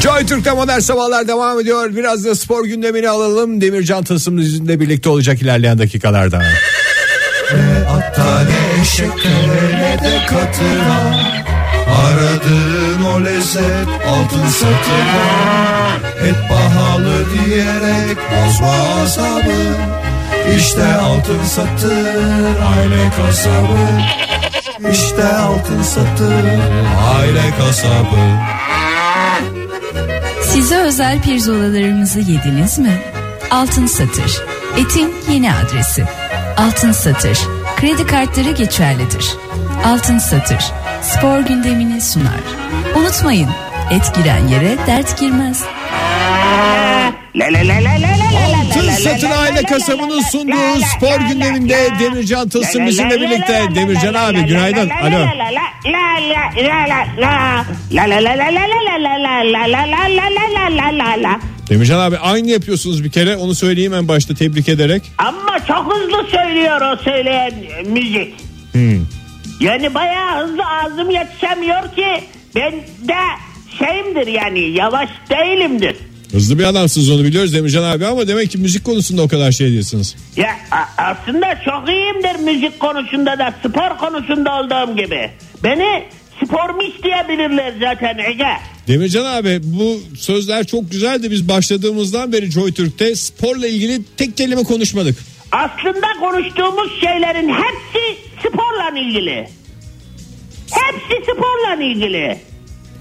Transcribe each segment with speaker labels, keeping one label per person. Speaker 1: Joy Türk'te modern sabahlar devam ediyor. Biraz da spor gündemini alalım. Demircan Tasım'ın yüzünde birlikte olacak ilerleyen dakikalarda.
Speaker 2: Hatta ne şekere ne de katıra Aradığın o lezzet altın satıra Et pahalı diyerek bozma azabı İşte altın satır aile kasabı İşte altın satır aile kasabı
Speaker 3: Size özel pirzolalarımızı yediniz mi? Altın Satır. Etin yeni adresi. Altın Satır. Kredi kartları geçerlidir. Altın Satır. Spor gündemini sunar. Unutmayın. Et giren yere dert girmez.
Speaker 4: La la la la la la la la
Speaker 1: Altın
Speaker 4: la
Speaker 1: Satın
Speaker 4: la la
Speaker 1: Aile
Speaker 4: la la
Speaker 1: Kasabı'nın
Speaker 4: la la
Speaker 1: sunduğu
Speaker 4: la
Speaker 1: spor
Speaker 4: la
Speaker 1: gündeminde
Speaker 4: la
Speaker 1: Demircan
Speaker 4: la
Speaker 1: Tasım
Speaker 4: la la
Speaker 1: bizimle
Speaker 4: la la
Speaker 1: birlikte.
Speaker 4: la
Speaker 1: Demircan
Speaker 4: la
Speaker 1: abi
Speaker 4: la
Speaker 1: günaydın.
Speaker 4: la la
Speaker 1: Alo.
Speaker 4: la la la la la la la la la la la la la la la la la la la la la la la.
Speaker 1: Demircan abi aynı yapıyorsunuz bir kere onu söyleyeyim en başta tebrik ederek.
Speaker 4: Ama çok hızlı söylüyor o söyleyen e, müzik. Yani bayağı hızlı ağzım yetişemiyor ki ben de şeyimdir yani yavaş değilimdir.
Speaker 1: Hızlı bir adamsınız onu biliyoruz Demircan abi ama demek ki müzik konusunda o kadar şey diyorsunuz.
Speaker 4: Ya a- aslında çok iyiyimdir müzik konusunda da spor konusunda olduğum gibi. Beni spormuş diyebilirler zaten Ege.
Speaker 1: Demircan abi bu sözler çok güzeldi. Biz başladığımızdan beri Joy Türk'te sporla ilgili tek kelime konuşmadık.
Speaker 4: Aslında konuştuğumuz şey şeylerin hepsi sporla ilgili. Hepsi sporla ilgili.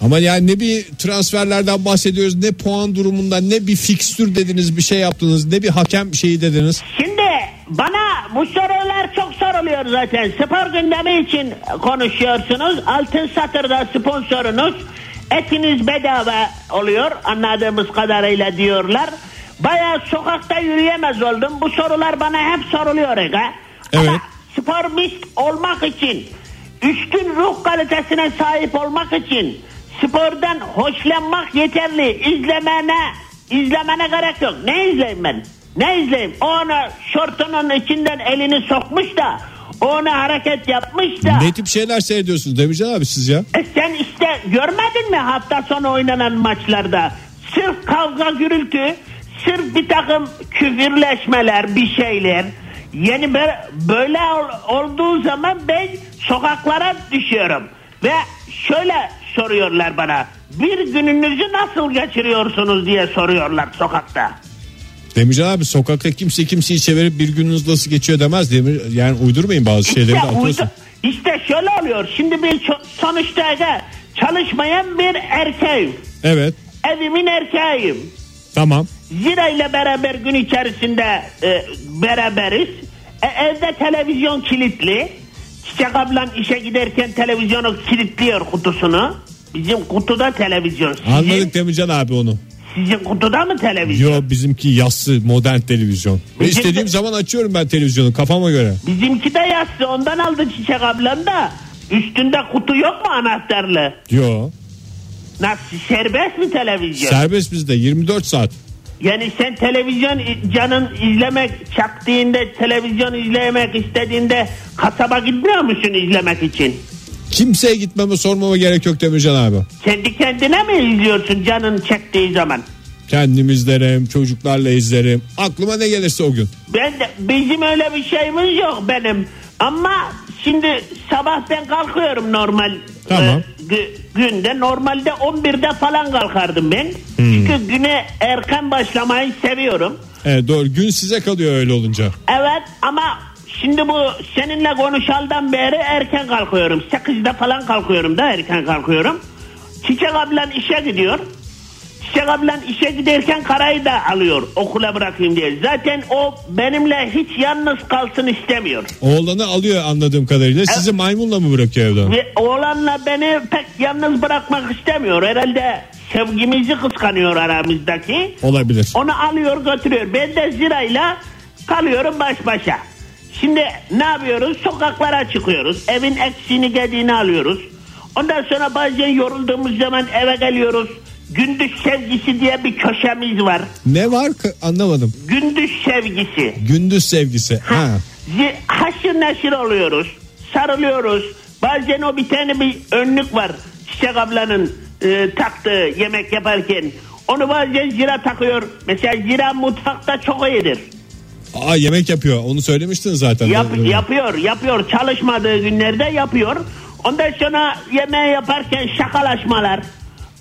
Speaker 1: Ama yani ne bir transferlerden bahsediyoruz ne puan durumundan ne bir fikstür dediniz bir şey yaptınız ne bir hakem şeyi dediniz.
Speaker 4: Şimdi bana bu sorular çok soruluyor zaten. Spor gündemi için konuşuyorsunuz. Altın Satır'da sponsorunuz. Etiniz bedava oluyor anladığımız kadarıyla diyorlar. Bayağı sokakta yürüyemez oldum. Bu sorular bana hep soruluyor Ege.
Speaker 1: Evet.
Speaker 4: Ama sporist olmak için, üstün ruh kalitesine sahip olmak için spordan hoşlanmak yeterli. İzlemene, izlemene gerek yok. Ne izleyeyim ben? Ne izleyeyim? O Ona şortunun içinden elini sokmuş da, o ona hareket yapmış da.
Speaker 1: Ne tip şeyler seyrediyorsunuz Demircan abi siz ya?
Speaker 4: E sen işte görmedin mi hafta sonu oynanan maçlarda? Sırf kavga gürültü, sırf bir takım küfürleşmeler, bir şeyler. Yani böyle, böyle ol- olduğu zaman ben sokaklara düşüyorum. Ve şöyle soruyorlar bana. Bir gününüzü nasıl geçiriyorsunuz diye soruyorlar sokakta.
Speaker 1: Demircan abi sokakta kimse kimseyi çevirip bir gününüz nasıl geçiyor demez Demir yani uydurmayın bazı şeyleri de
Speaker 4: İşte
Speaker 1: atıyorsun.
Speaker 4: uydu- İşte şöyle oluyor. Şimdi bir ço- sonuçta da çalışmayan bir erkeğim.
Speaker 1: Evet
Speaker 4: Evimin erkeğim.
Speaker 1: tamam.
Speaker 4: Zira ile beraber gün içerisinde e, beraberiz. E, evde televizyon kilitli. Çiçek ablan işe giderken televizyonu kilitliyor kutusunu. Bizim kutuda televizyon. Sizin,
Speaker 1: Anladık Demircan abi onu.
Speaker 4: sizin kutuda mı televizyon?
Speaker 1: Yo bizimki yassı modern televizyon. Ve
Speaker 4: Bizim-
Speaker 1: istediğim zaman açıyorum ben televizyonu kafama göre.
Speaker 4: Bizimki de yassı ondan aldı Çiçek ablan da. Üstünde kutu yok mu anahtarlı?
Speaker 1: Yo
Speaker 4: Nasıl serbest mi televizyon?
Speaker 1: serbest bizde 24 saat.
Speaker 4: Yani sen televizyon i- canın izlemek çaktığında televizyon izlemek istediğinde kasaba gitmiyor musun izlemek için?
Speaker 1: Kimseye gitmeme sormama gerek yok Demircan abi.
Speaker 4: Kendi kendine mi izliyorsun canın çektiği zaman?
Speaker 1: Kendim izlerim çocuklarla izlerim. Aklıma ne gelirse o gün.
Speaker 4: Ben de, bizim öyle bir şeyimiz yok benim. Ama şimdi sabah ben kalkıyorum normal e,
Speaker 1: Tamam.
Speaker 4: gü- günde. Normalde 11'de falan kalkardım ben. Çünkü güne erken başlamayı seviyorum.
Speaker 1: Evet doğru gün size kalıyor öyle olunca.
Speaker 4: Evet ama şimdi bu seninle konuşaldan beri erken kalkıyorum. 8'de falan kalkıyorum da erken kalkıyorum. Çiçek ablan işe gidiyor. Çiçek ablan işe giderken karayı da alıyor okula bırakayım diye. Zaten o benimle hiç yalnız kalsın istemiyor.
Speaker 1: Oğlanı alıyor anladığım kadarıyla. Sizi maymunla mı bırakıyor evden?
Speaker 4: Ve oğlanla beni pek yalnız bırakmak istemiyor. Herhalde sevgimizi kıskanıyor aramızdaki.
Speaker 1: Olabilir.
Speaker 4: Onu alıyor götürüyor. Ben de zirayla kalıyorum baş başa. Şimdi ne yapıyoruz? Sokaklara çıkıyoruz. Evin eksiğini gediğini alıyoruz. Ondan sonra bazen yorulduğumuz zaman eve geliyoruz. Gündüz sevgisi diye bir köşemiz var.
Speaker 1: Ne var ki anlamadım.
Speaker 4: Gündüz sevgisi.
Speaker 1: Gündüz sevgisi. Ha.
Speaker 4: Zi- haşır neşir oluyoruz. Sarılıyoruz. Bazen o bir tane bir önlük var. Çiçek ablanın e, e, taktığı yemek yaparken onu bazen zira takıyor. Mesela zira mutfakta çok iyidir.
Speaker 1: Aa yemek yapıyor. Onu söylemiştin zaten. Ee,
Speaker 4: Yap,
Speaker 1: Doğru.
Speaker 4: yapıyor, yapıyor. Çalışmadığı günlerde yapıyor. Ondan sonra yemeği yaparken şakalaşmalar.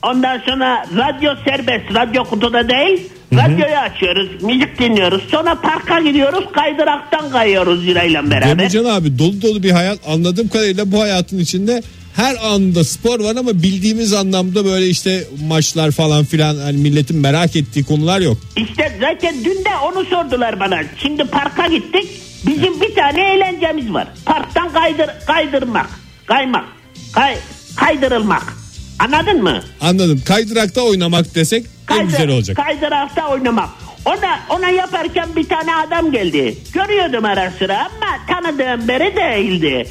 Speaker 4: Ondan sonra radyo serbest, radyo kutuda değil. Radyoyu açıyoruz, müzik dinliyoruz. Sonra parka gidiyoruz, kaydıraktan kayıyoruz Zira'yla beraber.
Speaker 1: Demircan abi dolu dolu bir hayat anladığım kadarıyla bu hayatın içinde her anda spor var ama bildiğimiz anlamda böyle işte maçlar falan filan hani milletin merak ettiği konular yok.
Speaker 4: İşte zaten dün de onu sordular bana. Şimdi parka gittik. Bizim bir tane eğlencemiz var. Parktan kaydır, kaydırmak, kaymak, kay, kaydırılmak. Anladın mı?
Speaker 1: Anladım. Kaydırakta oynamak desek en güzel olacak.
Speaker 4: Kaydırakta oynamak. Ona, ona yaparken bir tane adam geldi. Görüyordum ara sıra ama tanıdığım biri değildi.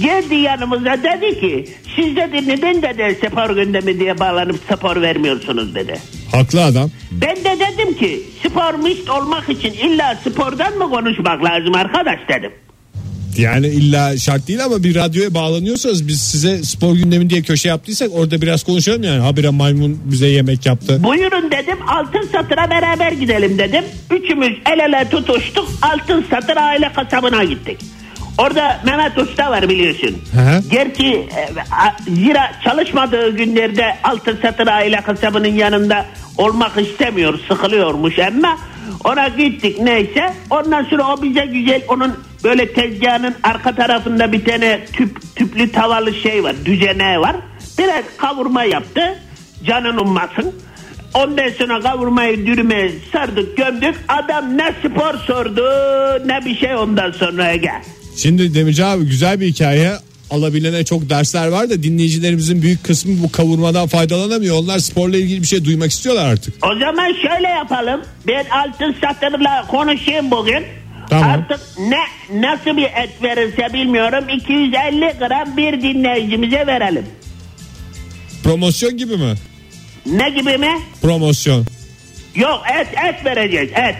Speaker 4: Geldi yanımıza dedi ki siz dedi neden dedi spor gündemi diye bağlanıp spor vermiyorsunuz dedi.
Speaker 1: Haklı adam.
Speaker 4: Ben de dedim ki spormist olmak için illa spordan mı konuşmak lazım arkadaş dedim.
Speaker 1: Yani illa şart değil ama bir radyoya bağlanıyorsanız biz size spor gündemi diye köşe yaptıysak orada biraz konuşalım yani. Habire maymun bize yemek yaptı.
Speaker 4: Buyurun dedim altın satıra beraber gidelim dedim. Üçümüz el ele tutuştuk altın satır aile kasabına gittik. Orada Mehmet Usta var biliyorsun.
Speaker 1: Hı hı.
Speaker 4: Gerçi e, a- zira çalışmadığı günlerde altın satır aile kasabının yanında olmak istemiyor sıkılıyormuş ama ona gittik neyse ondan sonra o bize güzel onun böyle tezgahının arka tarafında bir tane tüp, tüplü tavalı şey var düzeneği var biraz kavurma yaptı canın ummasın Ondan sonra kavurmayı dürüme sardık gömdük. Adam ne spor sordu ne bir şey ondan sonra gel.
Speaker 1: Şimdi Demircan abi güzel bir hikaye alabilene çok dersler var da dinleyicilerimizin büyük kısmı bu kavurmadan faydalanamıyor. Onlar sporla ilgili bir şey duymak istiyorlar artık.
Speaker 4: O zaman şöyle yapalım. Ben altın satırla konuşayım bugün.
Speaker 1: Tamam.
Speaker 4: Artık ne nasıl bir et verirse bilmiyorum. 250 gram bir dinleyicimize verelim.
Speaker 1: Promosyon gibi mi?
Speaker 4: Ne gibi mi?
Speaker 1: Promosyon.
Speaker 4: Yok et et vereceğiz et.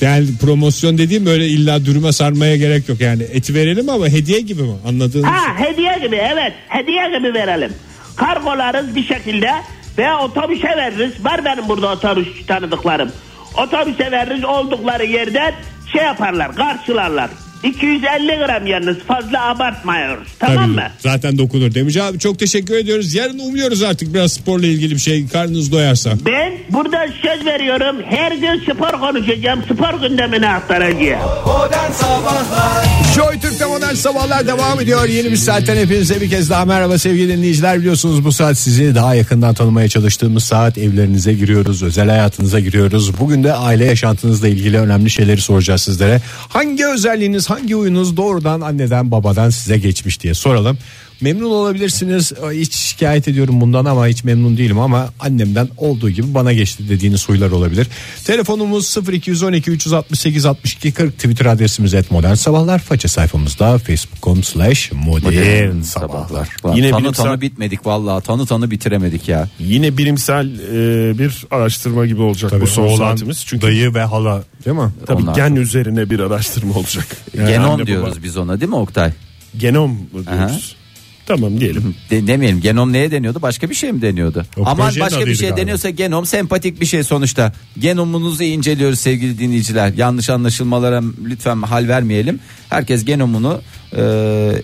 Speaker 1: Yani promosyon dediğim böyle illa dürüme sarmaya gerek yok yani. Eti verelim ama hediye gibi mi? Anladığınız
Speaker 4: Ha hediye gibi evet hediye gibi verelim. Kargolarız bir şekilde veya otobüse veririz. Var benim burada otobüs tanıdıklarım. Otobüse veririz oldukları yerden şey yaparlar karşılarlar. 250 gram yalnız fazla abartmıyoruz tamam mı?
Speaker 1: Zaten dokunur. Demircan abi çok teşekkür ediyoruz. Yarın umuyoruz artık biraz sporla ilgili bir şey. Karnınız doyarsa.
Speaker 4: Ben burada söz veriyorum her gün spor konuşacağım spor gündemini aktaracağım.
Speaker 2: Modern Sabahlar
Speaker 1: Joy Türk'te modern sabahlar devam ediyor. Yeni bir saatten hepinize bir kez daha merhaba sevgili dinleyiciler. Biliyorsunuz bu saat sizi daha yakından tanımaya çalıştığımız saat evlerinize giriyoruz. Özel hayatınıza giriyoruz. Bugün de aile yaşantınızla ilgili önemli şeyleri soracağız sizlere. Hangi özelliğiniz, hangi huyunuz doğrudan anneden babadan size geçmiş diye soralım. Memnun olabilirsiniz. Ee, Hiç şikayet ediyorum bundan ama hiç memnun değilim ama annemden olduğu gibi bana geçti dediğiniz huylar olabilir. Telefonumuz 0212 368 62 40 Twitter adresimiz et modern sabahlar. Faça sayfamızda facebook.com slash modern sabahlar.
Speaker 5: Yine
Speaker 6: Yine tanı
Speaker 5: bilimsel-
Speaker 6: tanı bitmedik vallahi tanı tanı bitiremedik ya.
Speaker 5: Yine bilimsel e, bir araştırma gibi olacak bu son saatimiz. Çünkü
Speaker 1: dayı ve hala değil mi?
Speaker 5: tabii
Speaker 6: Onlar-
Speaker 5: gen üzerine bir araştırma olacak. Yani anne
Speaker 6: Genom
Speaker 5: baba-
Speaker 6: diyoruz biz ona değil mi Oktay?
Speaker 5: Genom mu diyoruz?
Speaker 6: Aha.
Speaker 5: Tamam diyelim.
Speaker 6: De, demeyelim genom neye deniyordu başka bir şey mi deniyordu?
Speaker 1: Yok,
Speaker 6: Aman
Speaker 1: projenin
Speaker 6: başka bir
Speaker 1: adıydı
Speaker 6: şey
Speaker 1: galiba.
Speaker 6: deniyorsa genom sempatik bir şey sonuçta. Genomunuzu inceliyoruz sevgili dinleyiciler. Yanlış anlaşılmalara lütfen hal vermeyelim. Herkes genomunu e,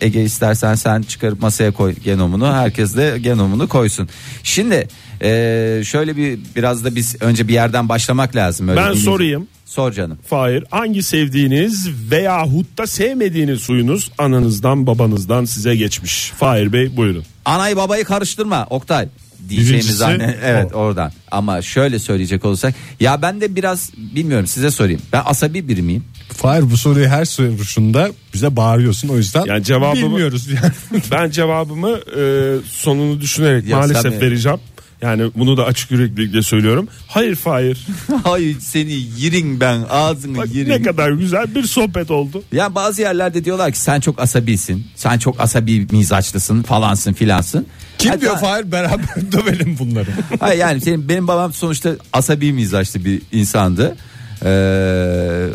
Speaker 6: Ege istersen sen çıkarıp masaya koy genomunu. Herkes de genomunu koysun. Şimdi e, şöyle bir biraz da biz önce bir yerden başlamak lazım. Öyle
Speaker 5: Ben
Speaker 6: dinleyici-
Speaker 5: sorayım.
Speaker 6: Sor canım.
Speaker 5: Fahir hangi sevdiğiniz veyahut da sevmediğiniz suyunuz ananızdan babanızdan size geçmiş. Fahir Bey buyurun.
Speaker 6: Anayı babayı karıştırma Oktay diyeceğimiz
Speaker 1: Birincisi
Speaker 6: anne evet oradan ama şöyle söyleyecek olursak ya ben de biraz bilmiyorum size sorayım ben asabi biri miyim
Speaker 1: Fahir bu soruyu her soruşunda bize bağırıyorsun o yüzden
Speaker 5: Yani cevabımı-
Speaker 1: bilmiyoruz. Yani.
Speaker 5: Ben cevabımı e, sonunu düşünerek
Speaker 6: Ya
Speaker 5: maalesef
Speaker 6: sen-
Speaker 5: vereceğim. Yani bunu da açık yüreklilikle söylüyorum. Hayır Fahir.
Speaker 6: hayır seni yirin ben ağzını
Speaker 5: Bak
Speaker 6: yirin
Speaker 5: ne kadar güzel bir sohbet oldu.
Speaker 6: ya bazı yerlerde diyorlar ki sen çok asabisin sen çok asabi mizaçlısın falansın filansın
Speaker 1: Kim
Speaker 6: Hatta-
Speaker 1: diyor Fahir beraber dövelim bunları.
Speaker 6: Hayır yani senin benim babam sonuçta asabi mizaçlı bir insandı. Ee,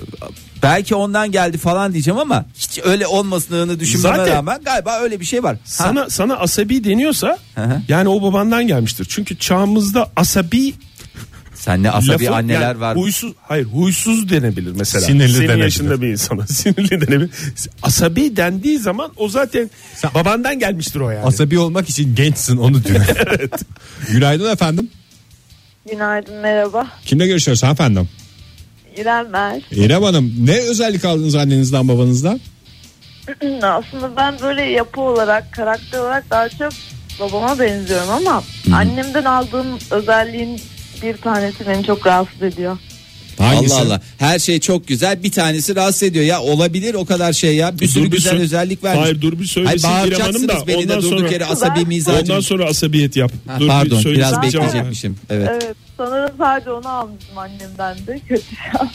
Speaker 6: Belki ondan geldi falan diyeceğim ama hiç öyle olmasını düşünmeme
Speaker 5: Zaten-
Speaker 6: rağmen galiba öyle bir şey var. Ha,
Speaker 5: Sana sana asabi deniyorsa
Speaker 6: Hı hı.
Speaker 5: yani o babandan gelmiştir. Çünkü çağımızda asabi
Speaker 6: sen ne asabi
Speaker 5: lafı,
Speaker 6: anneler
Speaker 5: yani
Speaker 6: var.
Speaker 5: Huysuz hayır huysuz denebilir mesela.
Speaker 1: Sinirli
Speaker 5: Senin
Speaker 1: denebilir.
Speaker 5: yaşında bir insana sinirli denebilir. Asabi dendiği zaman o zaten babandan gelmiştir o yani.
Speaker 1: Asabi olmak için gençsin onu diyor. Günaydın efendim.
Speaker 7: Günaydın merhaba.
Speaker 1: Kimle görüşüyoruz efendim?
Speaker 7: İrem ben.
Speaker 1: İrem Hanım ne özellik aldınız annenizden babanızdan?
Speaker 7: Aslında ben böyle yapı olarak, karakter olarak daha çok babama benziyorum ama annemden aldığım özelliğin bir tanesi beni çok rahatsız ediyor.
Speaker 1: Hangisi?
Speaker 6: Allah Allah. Her şey çok güzel. Bir tanesi rahatsız ediyor ya. Olabilir o kadar şey ya. Bir sürü
Speaker 5: Dur bir
Speaker 6: güzel
Speaker 5: sö-
Speaker 6: özellik vermiş.
Speaker 5: Hayır, dur bir söylesin
Speaker 6: Hayır,
Speaker 5: İrem Hanım da.
Speaker 6: bağıracaksınız beni de
Speaker 5: Ondan
Speaker 6: durduk
Speaker 5: sonra-
Speaker 6: yere asabi mizacım.
Speaker 5: Ondan sonra asabiyet yap.
Speaker 6: Ha,
Speaker 5: Dur bir
Speaker 6: pardon
Speaker 5: söylesin,
Speaker 6: biraz
Speaker 5: cevap ver.
Speaker 6: bekleyecekmişim. Evet.
Speaker 7: Evet sanırım sadece onu almıştım annemden de kötü şans.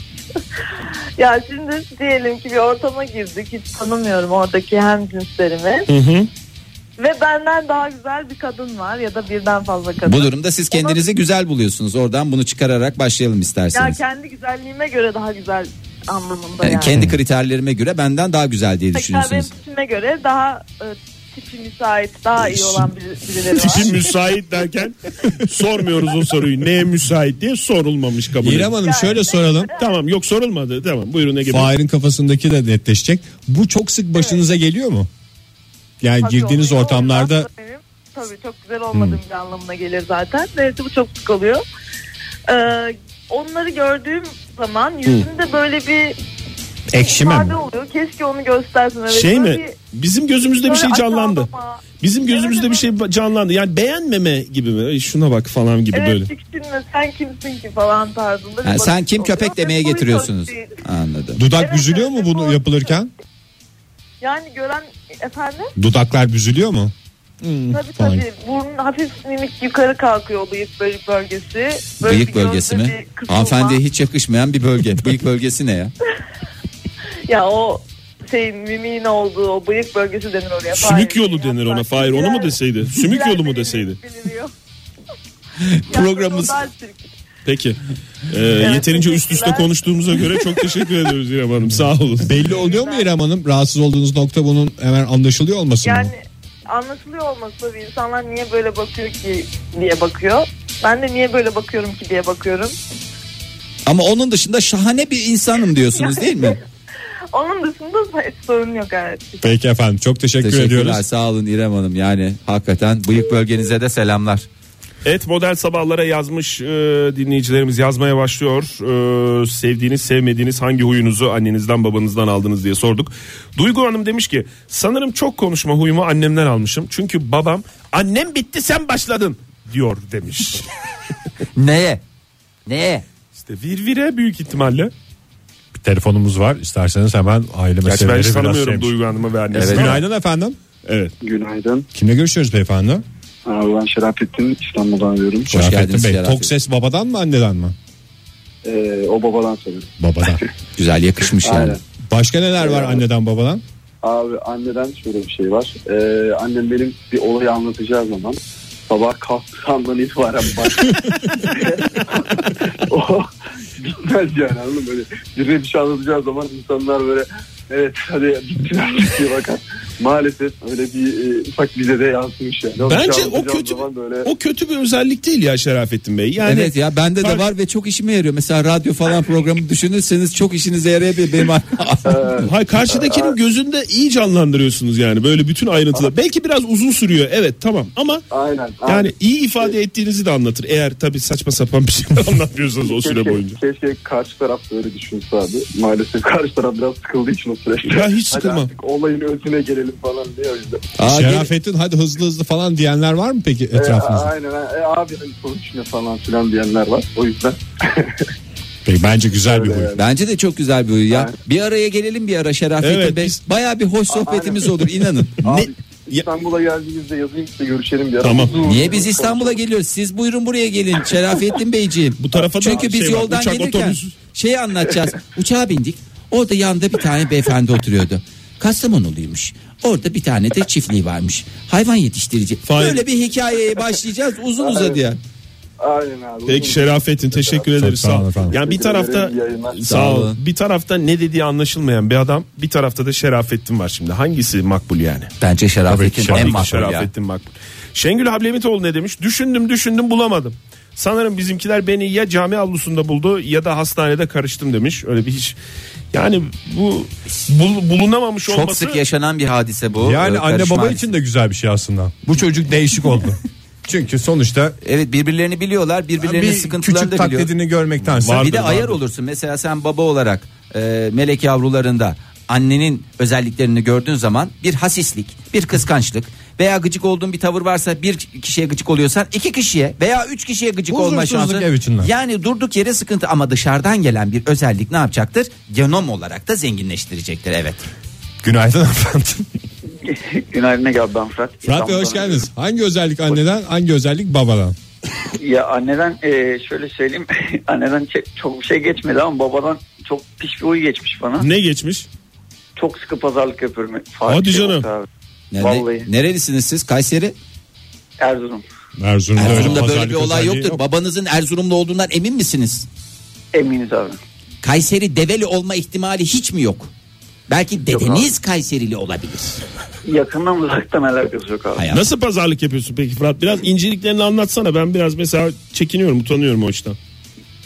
Speaker 7: ya şimdi diyelim ki bir ortama girdik hiç tanımıyorum oradaki hem cinslerimi.
Speaker 5: Hı hı.
Speaker 7: Ve benden daha güzel bir kadın var ya da birden fazla kadın.
Speaker 6: Bu durumda siz kendinizi güzel buluyorsunuz. Oradan bunu çıkararak başlayalım
Speaker 7: Ya
Speaker 6: isterseniz.
Speaker 7: kendi güzelliğime göre daha güzel anlamında
Speaker 6: Yani
Speaker 7: yani.
Speaker 6: Hani Kendi kriterlerime göre benden daha güzel diye
Speaker 7: Tekrar benim
Speaker 6: düşünüyorsunuz.
Speaker 7: tipime göre daha e, tipi müsait, daha iyi olan biri- birileri
Speaker 5: Tipi
Speaker 7: var.
Speaker 5: müsait derken sormuyoruz o soruyu. Neye müsait diye sorulmamış kabul.
Speaker 1: İrem Hanım şöyle soralım.
Speaker 5: Tamam yok sorulmadı. Tamam buyurun Ege Bey.
Speaker 1: Fahir'in kafasındaki de netleşecek. Bu çok sık başınıza geliyor mu? Yani
Speaker 7: Tabii
Speaker 1: girdiğiniz
Speaker 7: oluyor.
Speaker 1: ortamlarda
Speaker 7: Ondan sonra benim, tabii çok güzel olmadığım
Speaker 5: Hmm.
Speaker 7: bir anlamına gelir zaten. Evet bu çok sık oluyor. Ee, onları gördüğüm zaman
Speaker 5: Hmm.
Speaker 7: yüzümde böyle bir
Speaker 1: ekşime mi?
Speaker 7: ifade oluyor. Keşke onu göstersin. Evet,
Speaker 5: Şey
Speaker 7: böyle
Speaker 5: mi?
Speaker 7: bir-
Speaker 5: Bizim gözümüzde bir
Speaker 7: böyle
Speaker 5: şey canlandı.
Speaker 7: aşağılama.
Speaker 5: Bizim gözümüzde
Speaker 7: Evet,
Speaker 5: bir şey canlandı. Yani beğenmeme gibi mi? Ay şuna bak falan gibi
Speaker 7: Evet
Speaker 5: böyle.
Speaker 7: tiksinme sen kimsin ki falan tarzında. bir
Speaker 6: Yani sen
Speaker 7: bakış
Speaker 6: kim
Speaker 7: oluyor.
Speaker 6: köpek
Speaker 7: Ve
Speaker 6: demeye
Speaker 7: bu hiç hoş
Speaker 6: getiriyorsunuz.
Speaker 7: değil.
Speaker 6: Anladım.
Speaker 1: Dudak
Speaker 7: Evet,
Speaker 1: büzülüyor mu
Speaker 7: evet,
Speaker 1: bunu
Speaker 7: bu-
Speaker 1: yapılırken?
Speaker 7: Yani gören efendim
Speaker 1: Dudaklar büzülüyor mu?
Speaker 7: Tabii
Speaker 1: Fahir.
Speaker 7: tabii. Burnun hafif minik yukarı kalkıyor bıyık bölük bölgesi. Böyle
Speaker 6: Bıyık
Speaker 7: bir gözde
Speaker 6: bölgesi
Speaker 7: bir
Speaker 6: mi?
Speaker 7: kısılma.
Speaker 6: Hanımefendiye hiç yakışmayan bir bölge. Bıyık bölgesi ne ya?
Speaker 7: Ya o şey mimiğin olduğu o bıyık bölgesi denir oraya.
Speaker 5: Sümük
Speaker 7: Fahir,
Speaker 5: yolu
Speaker 7: yani
Speaker 5: denir ona.
Speaker 7: hatta
Speaker 5: Fahir onu mu
Speaker 7: bilen-
Speaker 5: deseydi? Sümük
Speaker 7: bilen
Speaker 5: yolu mu
Speaker 7: bilir-
Speaker 5: deseydi?
Speaker 7: bilmiyor.
Speaker 5: Programımız-
Speaker 7: Yani o da sirk.
Speaker 5: Peki. Ee,
Speaker 7: Evet,
Speaker 5: yeterince üst üste
Speaker 7: teşekkürler.
Speaker 5: konuştuğumuza göre çok teşekkür ediyoruz İrem Hanım. Sağ olun.
Speaker 1: Belli oluyor mu İrem Hanım? Rahatsız olduğunuz nokta bunun hemen anlaşılıyor olması mı?
Speaker 7: Yani anlaşılıyor olması tabii insanlar niye böyle bakıyor ki diye bakıyor. Ben de niye böyle bakıyorum ki diye bakıyorum.
Speaker 6: Ama onun dışında şahane bir insanım diyorsunuz değil mi?
Speaker 7: Onun dışında hiç sorun yok evet.
Speaker 1: Peki efendim çok teşekkür,
Speaker 6: Teşekkürler
Speaker 1: ediyoruz.
Speaker 6: sağ olun İrem Hanım yani hakikaten bıyık bölgenize de selamlar.
Speaker 5: Et model sabahlara yazmış e, dinleyicilerimiz yazmaya başlıyor. E, sevdiğiniz sevmediğiniz hangi huyunuzu annenizden babanızdan aldınız diye sorduk. Duygu Hanım demiş ki sanırım çok konuşma huyumu annemden almışım. Çünkü babam annem bitti sen başladın diyor demiş.
Speaker 6: Neye? Neye?
Speaker 5: işte virvire büyük ihtimalle.
Speaker 1: Bir telefonumuz var. İsterseniz hemen aile
Speaker 5: Gerçi ben
Speaker 1: meseleleri biraz
Speaker 5: hiç
Speaker 1: şey
Speaker 5: tanımıyorum
Speaker 1: şeymiş.
Speaker 5: Duygu Hanım'ı ve annesini.
Speaker 6: Evet.
Speaker 5: Günaydın.
Speaker 1: Günaydın efendim.
Speaker 5: Evet.
Speaker 8: Günaydın.
Speaker 1: Kimle görüşüyoruz beyefendi?
Speaker 8: Aa, Ben Şerafettin İstanbul'dan arıyorum.
Speaker 1: Şerafettin
Speaker 6: geldiniz
Speaker 1: Bey.
Speaker 6: Şerafettin.
Speaker 1: Tok ses babadan mı anneden mi?
Speaker 8: Ee, o babadan sanırım.
Speaker 1: Babadan.
Speaker 6: Güzel yakışmış yani.
Speaker 8: Aynen.
Speaker 1: Başka neler var anneden babadan?
Speaker 8: Abi anneden şöyle bir şey var. Ee, annem benim bir olayı anlatacağı zaman sabah kalktığından itibaren bak. o bitmez yani anladın mı? Böyle birine bir şey anlatacağı zaman insanlar böyle evet hadi bittin artık diye bakar. Maalesef öyle bir e, ufak bize de yansımış yani. bir şey
Speaker 5: Bence o
Speaker 8: anlatacağım
Speaker 5: kötü
Speaker 8: zaman böyle-
Speaker 5: o kötü bir özellik değil ya Şerafettin Bey. Yani
Speaker 6: evet ya bende de
Speaker 5: Fark-
Speaker 6: var ve çok işime yarıyor. Mesela radyo falan programı düşünürseniz çok işinize yarayabilir benim.
Speaker 5: Hayır karşıdakinin gözünde iyi canlandırıyorsunuz yani böyle bütün ayrıntılar. Belki biraz uzun sürüyor evet tamam ama
Speaker 8: Aynen. aynen.
Speaker 5: yani iyi
Speaker 8: Ee,
Speaker 5: ifade ettiğinizi de anlatır. Eğer tabii saçma sapan bir şey anlatmıyorsanız o süre
Speaker 8: Keşke-
Speaker 5: boyunca.
Speaker 8: Keşke karşı taraf da öyle düşünse abi. Maalesef karşı taraf biraz sıkıldığı için o süreçte.
Speaker 5: Ya hiç sıkılma.
Speaker 8: Hadi artık olayın özüne gelelim falan diye o yüzden.
Speaker 6: Aa, gel-
Speaker 1: Şerafettin hadi hızlı hızlı falan diyenler var mı peki
Speaker 8: E, a-
Speaker 1: etrafınızda?
Speaker 8: aynen e, abi hani sonuç ne falan filan diyenler var. O yüzden
Speaker 1: Peki, bence güzel bir
Speaker 8: Öyle
Speaker 1: huy.
Speaker 8: yani.
Speaker 6: Bence de çok güzel bir huyu ya.
Speaker 8: Aynen.
Speaker 6: Bir araya gelelim bir ara Şerafettin
Speaker 5: Evet,
Speaker 6: Bey.
Speaker 5: biz-
Speaker 6: Baya bir hoş sohbetimiz olur inanın.
Speaker 8: abi,
Speaker 5: Ya-
Speaker 8: İstanbul'a geldiğinizde yazayım size görüşelim bir ara.
Speaker 5: Tamam.
Speaker 8: Uzun-
Speaker 6: Niye biz İstanbul'a geliyoruz? Siz buyurun buraya gelin Şerafettin Beyciğim.
Speaker 5: Bu tarafa da
Speaker 6: Çünkü biz
Speaker 5: şey var,
Speaker 6: yoldan
Speaker 5: uçak,
Speaker 6: gelirken
Speaker 5: otobüs.
Speaker 6: şeyi anlatacağız. Uçağa bindik. Orada yanında bir tane beyefendi oturuyordu. Kastamonuluymuş. Orada bir tane de çiftliği varmış. Hayvan yetiştirici.
Speaker 5: Fahir.
Speaker 6: Böyle bir hikayeye başlayacağız uzun uzadıya.
Speaker 8: Aynen abi.
Speaker 5: Peki Şerafettin teşekkür ederiz.
Speaker 1: sağ
Speaker 5: Sağ
Speaker 1: olun efendim.
Speaker 5: Yani bir
Speaker 8: Teşekkür ederim,
Speaker 5: tarafta
Speaker 8: iyi yayınlar.
Speaker 5: sağ
Speaker 6: Sağ
Speaker 5: ol.
Speaker 6: olun.
Speaker 5: Bir tarafta ne dediği anlaşılmayan bir adam, bir tarafta da Şerafettin var şimdi. Hangisi makbul yani?
Speaker 6: Bence Şerafettin
Speaker 5: Tabii
Speaker 6: en
Speaker 5: ki
Speaker 6: makbul ya.
Speaker 5: Şerafettin makbul. Şengül Hablemitoğlu ne demiş? Düşündüm düşündüm bulamadım. Sanırım bizimkiler beni ya cami avlusunda buldu ya da hastanede karıştım demiş. Öyle bir hiç yani bu bul- bulunamamış
Speaker 6: Çok
Speaker 5: olması
Speaker 6: sık yaşanan bir hadise bu.
Speaker 1: Yani
Speaker 6: Ee,
Speaker 1: anne
Speaker 6: karışma
Speaker 1: baba
Speaker 6: hadise.
Speaker 1: için de güzel bir şey aslında. Bu çocuk değişik oldu. Çünkü sonuçta
Speaker 6: Evet birbirlerini biliyorlar birbirlerinin
Speaker 1: bir
Speaker 6: sıkıntılarını
Speaker 1: küçük
Speaker 6: da biliyor.
Speaker 1: taklidini görmektense
Speaker 6: bir de ayar olursun mesela sen baba olarak e, melek yavrularında annenin özelliklerini gördüğün zaman bir hasislik bir kıskançlık veya gıcık olduğun bir tavır varsa bir kişiye gıcık oluyorsan iki kişiye veya üç kişiye gıcık olma
Speaker 1: Huzursuzluk
Speaker 6: şansı.
Speaker 1: ev içinden.
Speaker 6: Yani durduk yere sıkıntı ama dışarıdan gelen bir özellik ne yapacaktır? Genom olarak da zenginleştirecektir evet.
Speaker 1: Günaydın efendim.
Speaker 9: Günaydın Ege abi ben Fırat.
Speaker 1: Fırat Bey hoş
Speaker 9: İstanbul'dan.
Speaker 1: geldiniz. Hangi özellik anneden hangi özellik babadan?
Speaker 9: Ya anneden e, şöyle söyleyeyim. anneden çe- çok bir şey geçmedi ama babadan çok piş bir uyu geçmiş bana.
Speaker 5: ne geçmiş?
Speaker 9: Çok sıkı pazarlık yapıyorum.
Speaker 5: Hadi
Speaker 9: Fatih
Speaker 5: canım.
Speaker 9: abi.
Speaker 6: Nerede-
Speaker 9: Vallahi.
Speaker 6: nerelisiniz siz? Kayseri?
Speaker 9: Erzurum.
Speaker 1: Erzurum'da,
Speaker 6: Erzurum'da böyle
Speaker 1: pazarlık
Speaker 6: bir olay
Speaker 1: özelliği
Speaker 6: yoktur.
Speaker 1: yok.
Speaker 6: Babanızın Erzurumlu olduğundan emin misiniz?
Speaker 9: Eminiz abi.
Speaker 6: Kayseri Develi olma ihtimali hiç mi yok? Belki dedeniz Kayserili olabilir.
Speaker 9: Yakından uzaktan alakası yok abi.
Speaker 6: Hayır. Ya.
Speaker 5: Nasıl pazarlık yapıyorsun peki Fırat? Biraz inceliklerini anlatsana. Ben biraz mesela çekiniyorum, utanıyorum o işten.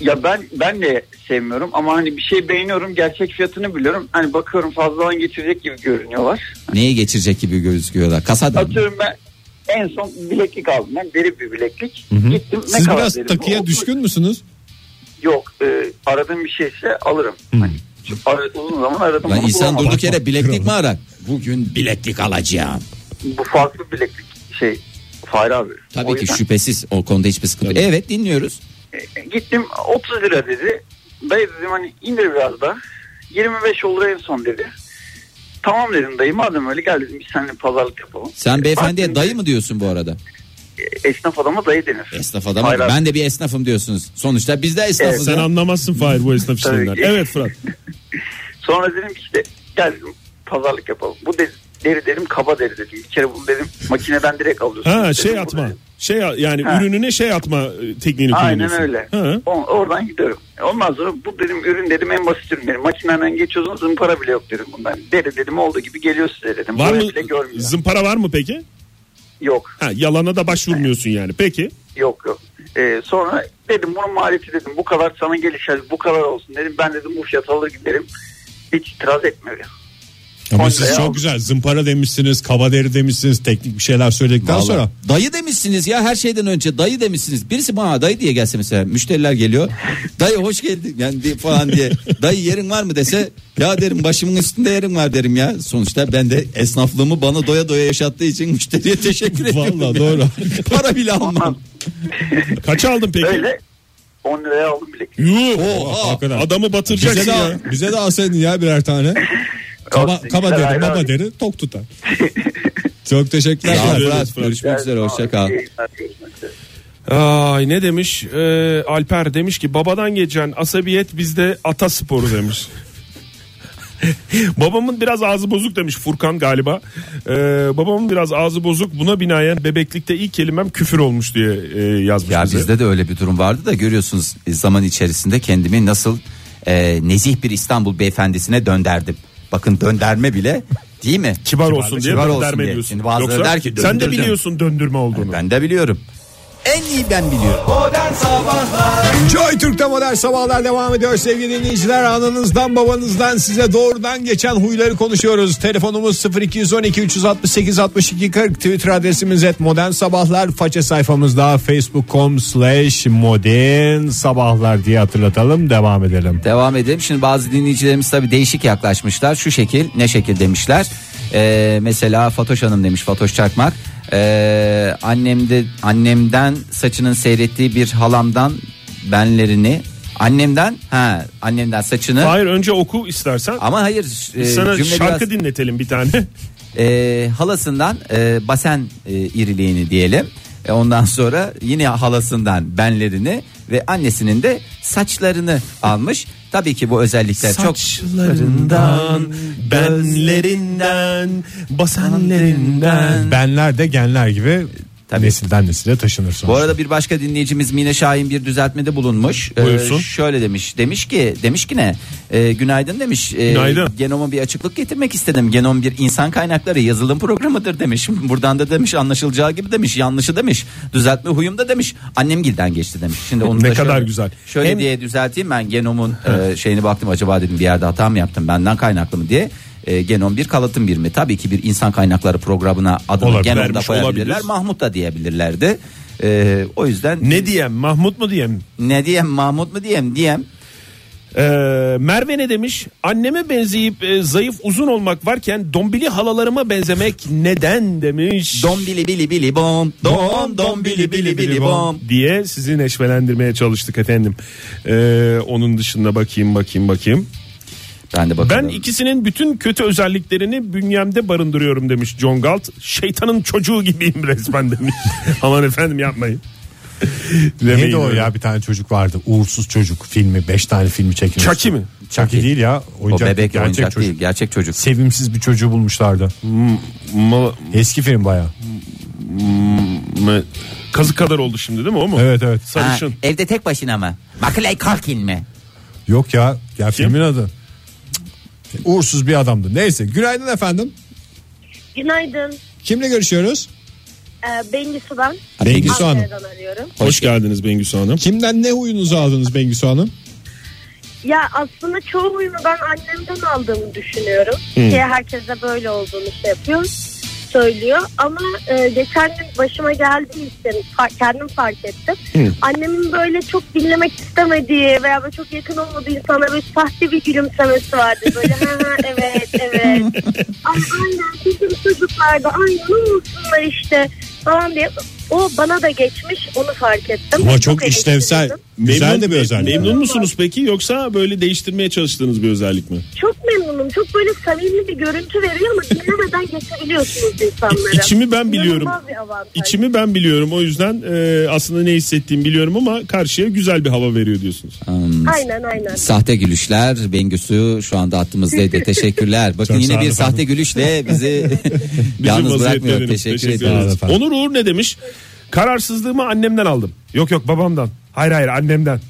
Speaker 9: Ya ben ben de sevmiyorum ama hani bir şey beğeniyorum gerçek fiyatını biliyorum. Hani bakıyorum fazladan getirecek gibi görünüyorlar.
Speaker 6: Neye geçirecek gibi gözüküyorlar? Kasada mı?
Speaker 9: Atıyorum ben en son bileklik aldım. Ben deri bir bileklik. Gittim ne
Speaker 1: Siz
Speaker 9: kadar
Speaker 1: biraz
Speaker 9: dedim?
Speaker 1: takıya
Speaker 9: Otuz-
Speaker 1: düşkün müsünüz?
Speaker 9: Yok e, aradığım bir şeyse alırım. Hani, şu ara- uzun zaman aradım.
Speaker 6: Lan
Speaker 9: ama
Speaker 6: insan
Speaker 9: bulamadım.
Speaker 6: durduk yere bileklik mi arar? Bugün bileklik alacağım.
Speaker 9: Bu farklı bileklik şey Fahri abi. O
Speaker 6: Tabii ki
Speaker 9: yüzden,
Speaker 6: şüphesiz o konuda hiçbir sıkıntı. yok. Evet dinliyoruz.
Speaker 9: e, Gittim 30 lira dedi. Dayı dedim hani indir biraz da. 25 olur en son dedi. Tamam dedim dayı madem öyle gel dedim biz seninle pazarlık yapalım.
Speaker 6: Sen beyefendiye
Speaker 9: Baktım,
Speaker 6: dayı mı diyorsun bu arada?
Speaker 9: e, Esnaf adama dayı denir.
Speaker 6: Esnaf adam.
Speaker 9: Hayır abi.
Speaker 6: Ben de bir esnafım diyorsunuz. Sonuçta biz de
Speaker 9: Evet,
Speaker 6: esnafız.
Speaker 5: Sen
Speaker 6: ya.
Speaker 5: anlamazsın Fahir bu esnaf
Speaker 9: Tabii
Speaker 5: işlerinden.
Speaker 9: ki.
Speaker 5: Evet Fırat.
Speaker 9: Sonra dedim ki işte gel dedim pazarlık yapalım. Bu de- deri dedim kaba deri dedim. Bir kere bunu dedim makineden direkt alıyorsun.
Speaker 5: Ha
Speaker 9: Dedim,
Speaker 5: şey
Speaker 9: bu
Speaker 5: atma.
Speaker 9: dedim.
Speaker 5: Şey yani
Speaker 9: Ha.
Speaker 5: ürününe şey atma e, tekniğini
Speaker 9: Aynen
Speaker 5: kullanıyorsun.
Speaker 9: öyle.
Speaker 5: Ha.
Speaker 9: O- Oradan gidiyorum. Ondan sonra bu dedim ürün dedim en basit ürün dedim. Makineden geçiyorsunuz zımpara bile yok dedim bundan. Deri dedim olduğu gibi geliyor size dedim.
Speaker 5: Var
Speaker 9: Var
Speaker 5: mı
Speaker 9: Bile görmüyor.
Speaker 5: zımpara var mı peki?
Speaker 9: yok
Speaker 5: Ha yalana da başvurmuyorsun yani. Peki.
Speaker 9: yok yok. Ee, sonra dedim bunun maliyeti dedim bu kadar sana gelişer bu kadar olsun dedim. Ben dedim bu fiyat alır giderim. Hiç itiraz etmiyor.
Speaker 1: Ama
Speaker 9: Fazla
Speaker 1: siz
Speaker 9: ya.
Speaker 1: çok güzel zımpara demişsiniz, kaba deri demişsiniz, teknik bir şeyler söyledikten
Speaker 6: Vallahi.
Speaker 1: sonra.
Speaker 6: Dayı demişsiniz ya her şeyden önce dayı demişsiniz. Birisi bana dayı diye gelse mesela müşteriler geliyor. Dayı hoş geldin yani diye falan diye. Dayı yerin var mı dese ya derim başımın üstünde yerin var derim ya. Sonuçta ben de esnaflığımı bana doya doya yaşattığı için müşteriye teşekkür ediyorum.
Speaker 1: Vallahi
Speaker 6: ya.
Speaker 1: doğru.
Speaker 6: Para bile almam.
Speaker 5: Kaç aldın peki?
Speaker 9: Öyle 10 liraya aldım bile.
Speaker 5: Yuh.
Speaker 1: Oha, o kadar.
Speaker 5: Adamı
Speaker 1: Bize
Speaker 5: batıracaksın ya.
Speaker 1: de, bize de alsaydın ya birer tane. Kaba, kaba
Speaker 9: Güzel,
Speaker 1: deri,
Speaker 9: hayır,
Speaker 1: baba
Speaker 9: hayır.
Speaker 1: deri tok tutar. Çok teşekkürler.
Speaker 6: Sağ ol
Speaker 5: Teşekkür
Speaker 6: Fırat.
Speaker 5: ederiz Fırat.
Speaker 6: Görüşmek üzere hoşça
Speaker 9: İyi
Speaker 6: kal.
Speaker 9: günler, görüşmek üzere.
Speaker 5: Ay ne demiş? Ee, Alper demiş ki babadan geçen asabiyet bizde ata sporu demiş. babamın biraz ağzı bozuk demiş Furkan galiba. Ee, babamın biraz ağzı bozuk. Buna binaen bebeklikte ilk kelimem küfür olmuş diye e, yazmış
Speaker 6: Ya
Speaker 5: bize.
Speaker 6: bizde de öyle bir durum vardı da görüyorsunuz e, zaman içerisinde kendimi nasıl e, nezih bir İstanbul beyefendisine dönderdim. Bakın dönderme bile değil mi?
Speaker 5: Kibar olsun diye
Speaker 6: kibar olsun
Speaker 5: dönderme
Speaker 6: diye.
Speaker 5: diyorsun.
Speaker 6: Şimdi bazıları
Speaker 5: Yoksa
Speaker 6: der ki
Speaker 5: sen de
Speaker 6: döndürdüm.
Speaker 5: biliyorsun döndürme olduğunu.
Speaker 6: Ben de biliyorum. En iyi ben biliyorum.
Speaker 2: Modern Sabahlar
Speaker 1: Joy Türk'te modern sabahlar devam ediyor sevgili dinleyiciler. Ananızdan babanızdan size doğrudan geçen huyları konuşuyoruz. Telefonumuz 0212 368 62 40 Twitter adresimiz et modern sabahlar. Faça sayfamızda facebook.com slash modern sabahlar diye hatırlatalım devam edelim.
Speaker 6: Devam edelim. Şimdi bazı dinleyicilerimiz tabii değişik yaklaşmışlar. Şu şekil ne şekil demişler. Ee, mesela Fatoş Hanım demiş Fatoş Çakmak. Ee, annemde annemden saçının seyrettiği bir halamdan benlerini annemden ha annemden saçını
Speaker 5: Hayır önce oku istersen.
Speaker 6: ama hayır e,
Speaker 5: Sana
Speaker 6: cümle
Speaker 5: şarkı
Speaker 6: biraz-
Speaker 5: dinletelim bir tane.
Speaker 6: e, halasından e, basen e, iriliğini diyelim. E, ondan sonra yine halasından benlerini ve annesinin de saçlarını almış. Tabii ki bu özellikler
Speaker 5: Saçlarından, benlerinden, basenlerinden.
Speaker 1: Benler de genler gibi
Speaker 6: Tabii.
Speaker 1: Nesilden nesile taşınır sonuçta.
Speaker 6: Bu arada bir başka dinleyicimiz Mine Şahin bir düzeltmede bulunmuş. Ee,
Speaker 5: Buyursun.
Speaker 6: şöyle demiş. Demiş ki demiş ki ne? Ee, günaydın demiş. Ee,
Speaker 5: Günaydın.
Speaker 6: Genoma bir açıklık getirmek istedim. Genom bir insan kaynakları yazılım programıdır demiş. Buradan da demiş anlaşılacağı gibi demiş. Yanlışı demiş. Düzeltme huyum da demiş. Annem gilden geçti demiş. Şimdi onu
Speaker 5: Ne
Speaker 6: da
Speaker 5: kadar
Speaker 6: şöyle,
Speaker 5: güzel.
Speaker 6: Şöyle
Speaker 5: Hem-
Speaker 6: diye düzelteyim ben genomun e, şeyini baktım acaba dedim bir yerde hata mı yaptım benden kaynaklı mı diye. E, genom bir kalıtım birimi. Tabii ki bir insan kaynakları programına adını
Speaker 5: Olabilir,
Speaker 6: genomda
Speaker 5: vermiş
Speaker 6: koyabilirler.
Speaker 5: olabilir.
Speaker 6: Mahmut da diyebilirlerdi. Ee, o yüzden
Speaker 5: Ne diyem Mahmut mu diyem?
Speaker 6: ne diyem Mahmut mu diyem diyem.
Speaker 5: Ee, Merve ne demiş? Anneme benzeyip e, zayıf uzun olmak varken dombili halalarıma benzemek neden demiş.
Speaker 6: Dom bili bili bili bom. Dom dom bili bili bili bom.
Speaker 5: diye sizi neşvelendirmeye çalıştık efendim. Ee, onun dışında bakayım bakayım bakayım.
Speaker 6: Ben de
Speaker 5: Ben
Speaker 6: bakalım.
Speaker 5: ikisinin bütün kötü özelliklerini bünyemde barındırıyorum demiş John Galt. Şeytanın çocuğu gibiyim resmen demiş. Aman efendim yapmayın.
Speaker 1: Neydi o
Speaker 5: öyle.
Speaker 1: ya bir tane çocuk vardı. Uğursuz çocuk filmi. Beş tane filmi çekilmiş.
Speaker 5: Chucky mi?
Speaker 1: Chucky değil ya.
Speaker 6: o
Speaker 1: Oyuncak,
Speaker 6: bebek
Speaker 1: gerçek
Speaker 6: oyuncak
Speaker 1: çocuk.
Speaker 6: değil gerçek çocuk.
Speaker 1: Sevimsiz bir çocuğu bulmuşlardı.
Speaker 5: Hmm, Ma-
Speaker 1: Eski film baya.
Speaker 5: ma- kazık kadar oldu şimdi değil mi o mu?
Speaker 1: Evet evet.
Speaker 6: Ha,
Speaker 5: Sarışın.
Speaker 6: evde tek başına mı? Macaulay Culkin mi?
Speaker 1: Yok ya. Ya filmin adı. Cık, Uğursuz bir adamdı. Neyse. Günaydın efendim.
Speaker 10: Günaydın.
Speaker 1: Kimle görüşüyoruz?
Speaker 10: Ee, Bengisu ben.
Speaker 1: Bengisu Hanım.
Speaker 10: Ankara'dan arıyorum.
Speaker 5: Hoş, geldiniz Bengüsü Hanım.
Speaker 1: Kimden ne huyunuzu aldınız Bengisu Hanım?
Speaker 10: Ya aslında çoğu huyumu ben annemden aldığımı düşünüyorum. Şey, herkes de böyle olduğunu şey yapıyor söylüyor ama e, geçen gün başıma geldi işte fa- kendim fark ettim. Annemin böyle çok dinlemek istemediği veya böyle çok yakın olmadığı insana böyle sahte bir gülümsemesi vardı. Böyle ha ha evet evet. Ay aynen bizim çocuklarda aynen olsunlar işte falan diye. O bana da geçmiş onu fark ettim.
Speaker 1: Ama çok
Speaker 10: eleştirildim.
Speaker 1: işlevsel. Güzel de bir özellik.
Speaker 5: Memnun musunuz peki yoksa böyle değiştirmeye çalıştığınız bir özellik mi?
Speaker 10: Çok memnunum. Çok böyle samimi bir görüntü veriyor ama dinlemeden geçebiliyorsunuz insanları.
Speaker 5: İçimi ben biliyorum.
Speaker 10: İnanılmaz bir avantaj.
Speaker 5: İçimi ben biliyorum o yüzden e, aslında ne hissettiğimi biliyorum ama karşıya güzel bir hava veriyor diyorsunuz.
Speaker 10: Aynen aynen.
Speaker 6: Hmm. Sahte gülüşler Bengüsü şu anda attığımızda teşekkürler. Bakın
Speaker 1: Çok
Speaker 6: yine
Speaker 1: sağ
Speaker 6: bir
Speaker 1: olun
Speaker 6: sahte gülüşle bizi yalnız bırakmıyor.
Speaker 5: Bizim vaziyetlerimiz.
Speaker 6: Teşekkür
Speaker 5: Teşekkür
Speaker 6: ederiz.
Speaker 1: ederiz. efendim.
Speaker 5: Onur Uğur ne demiş? Kararsızlığımı annemden aldım. Yok yok babamdan. Hayır hayır annemden.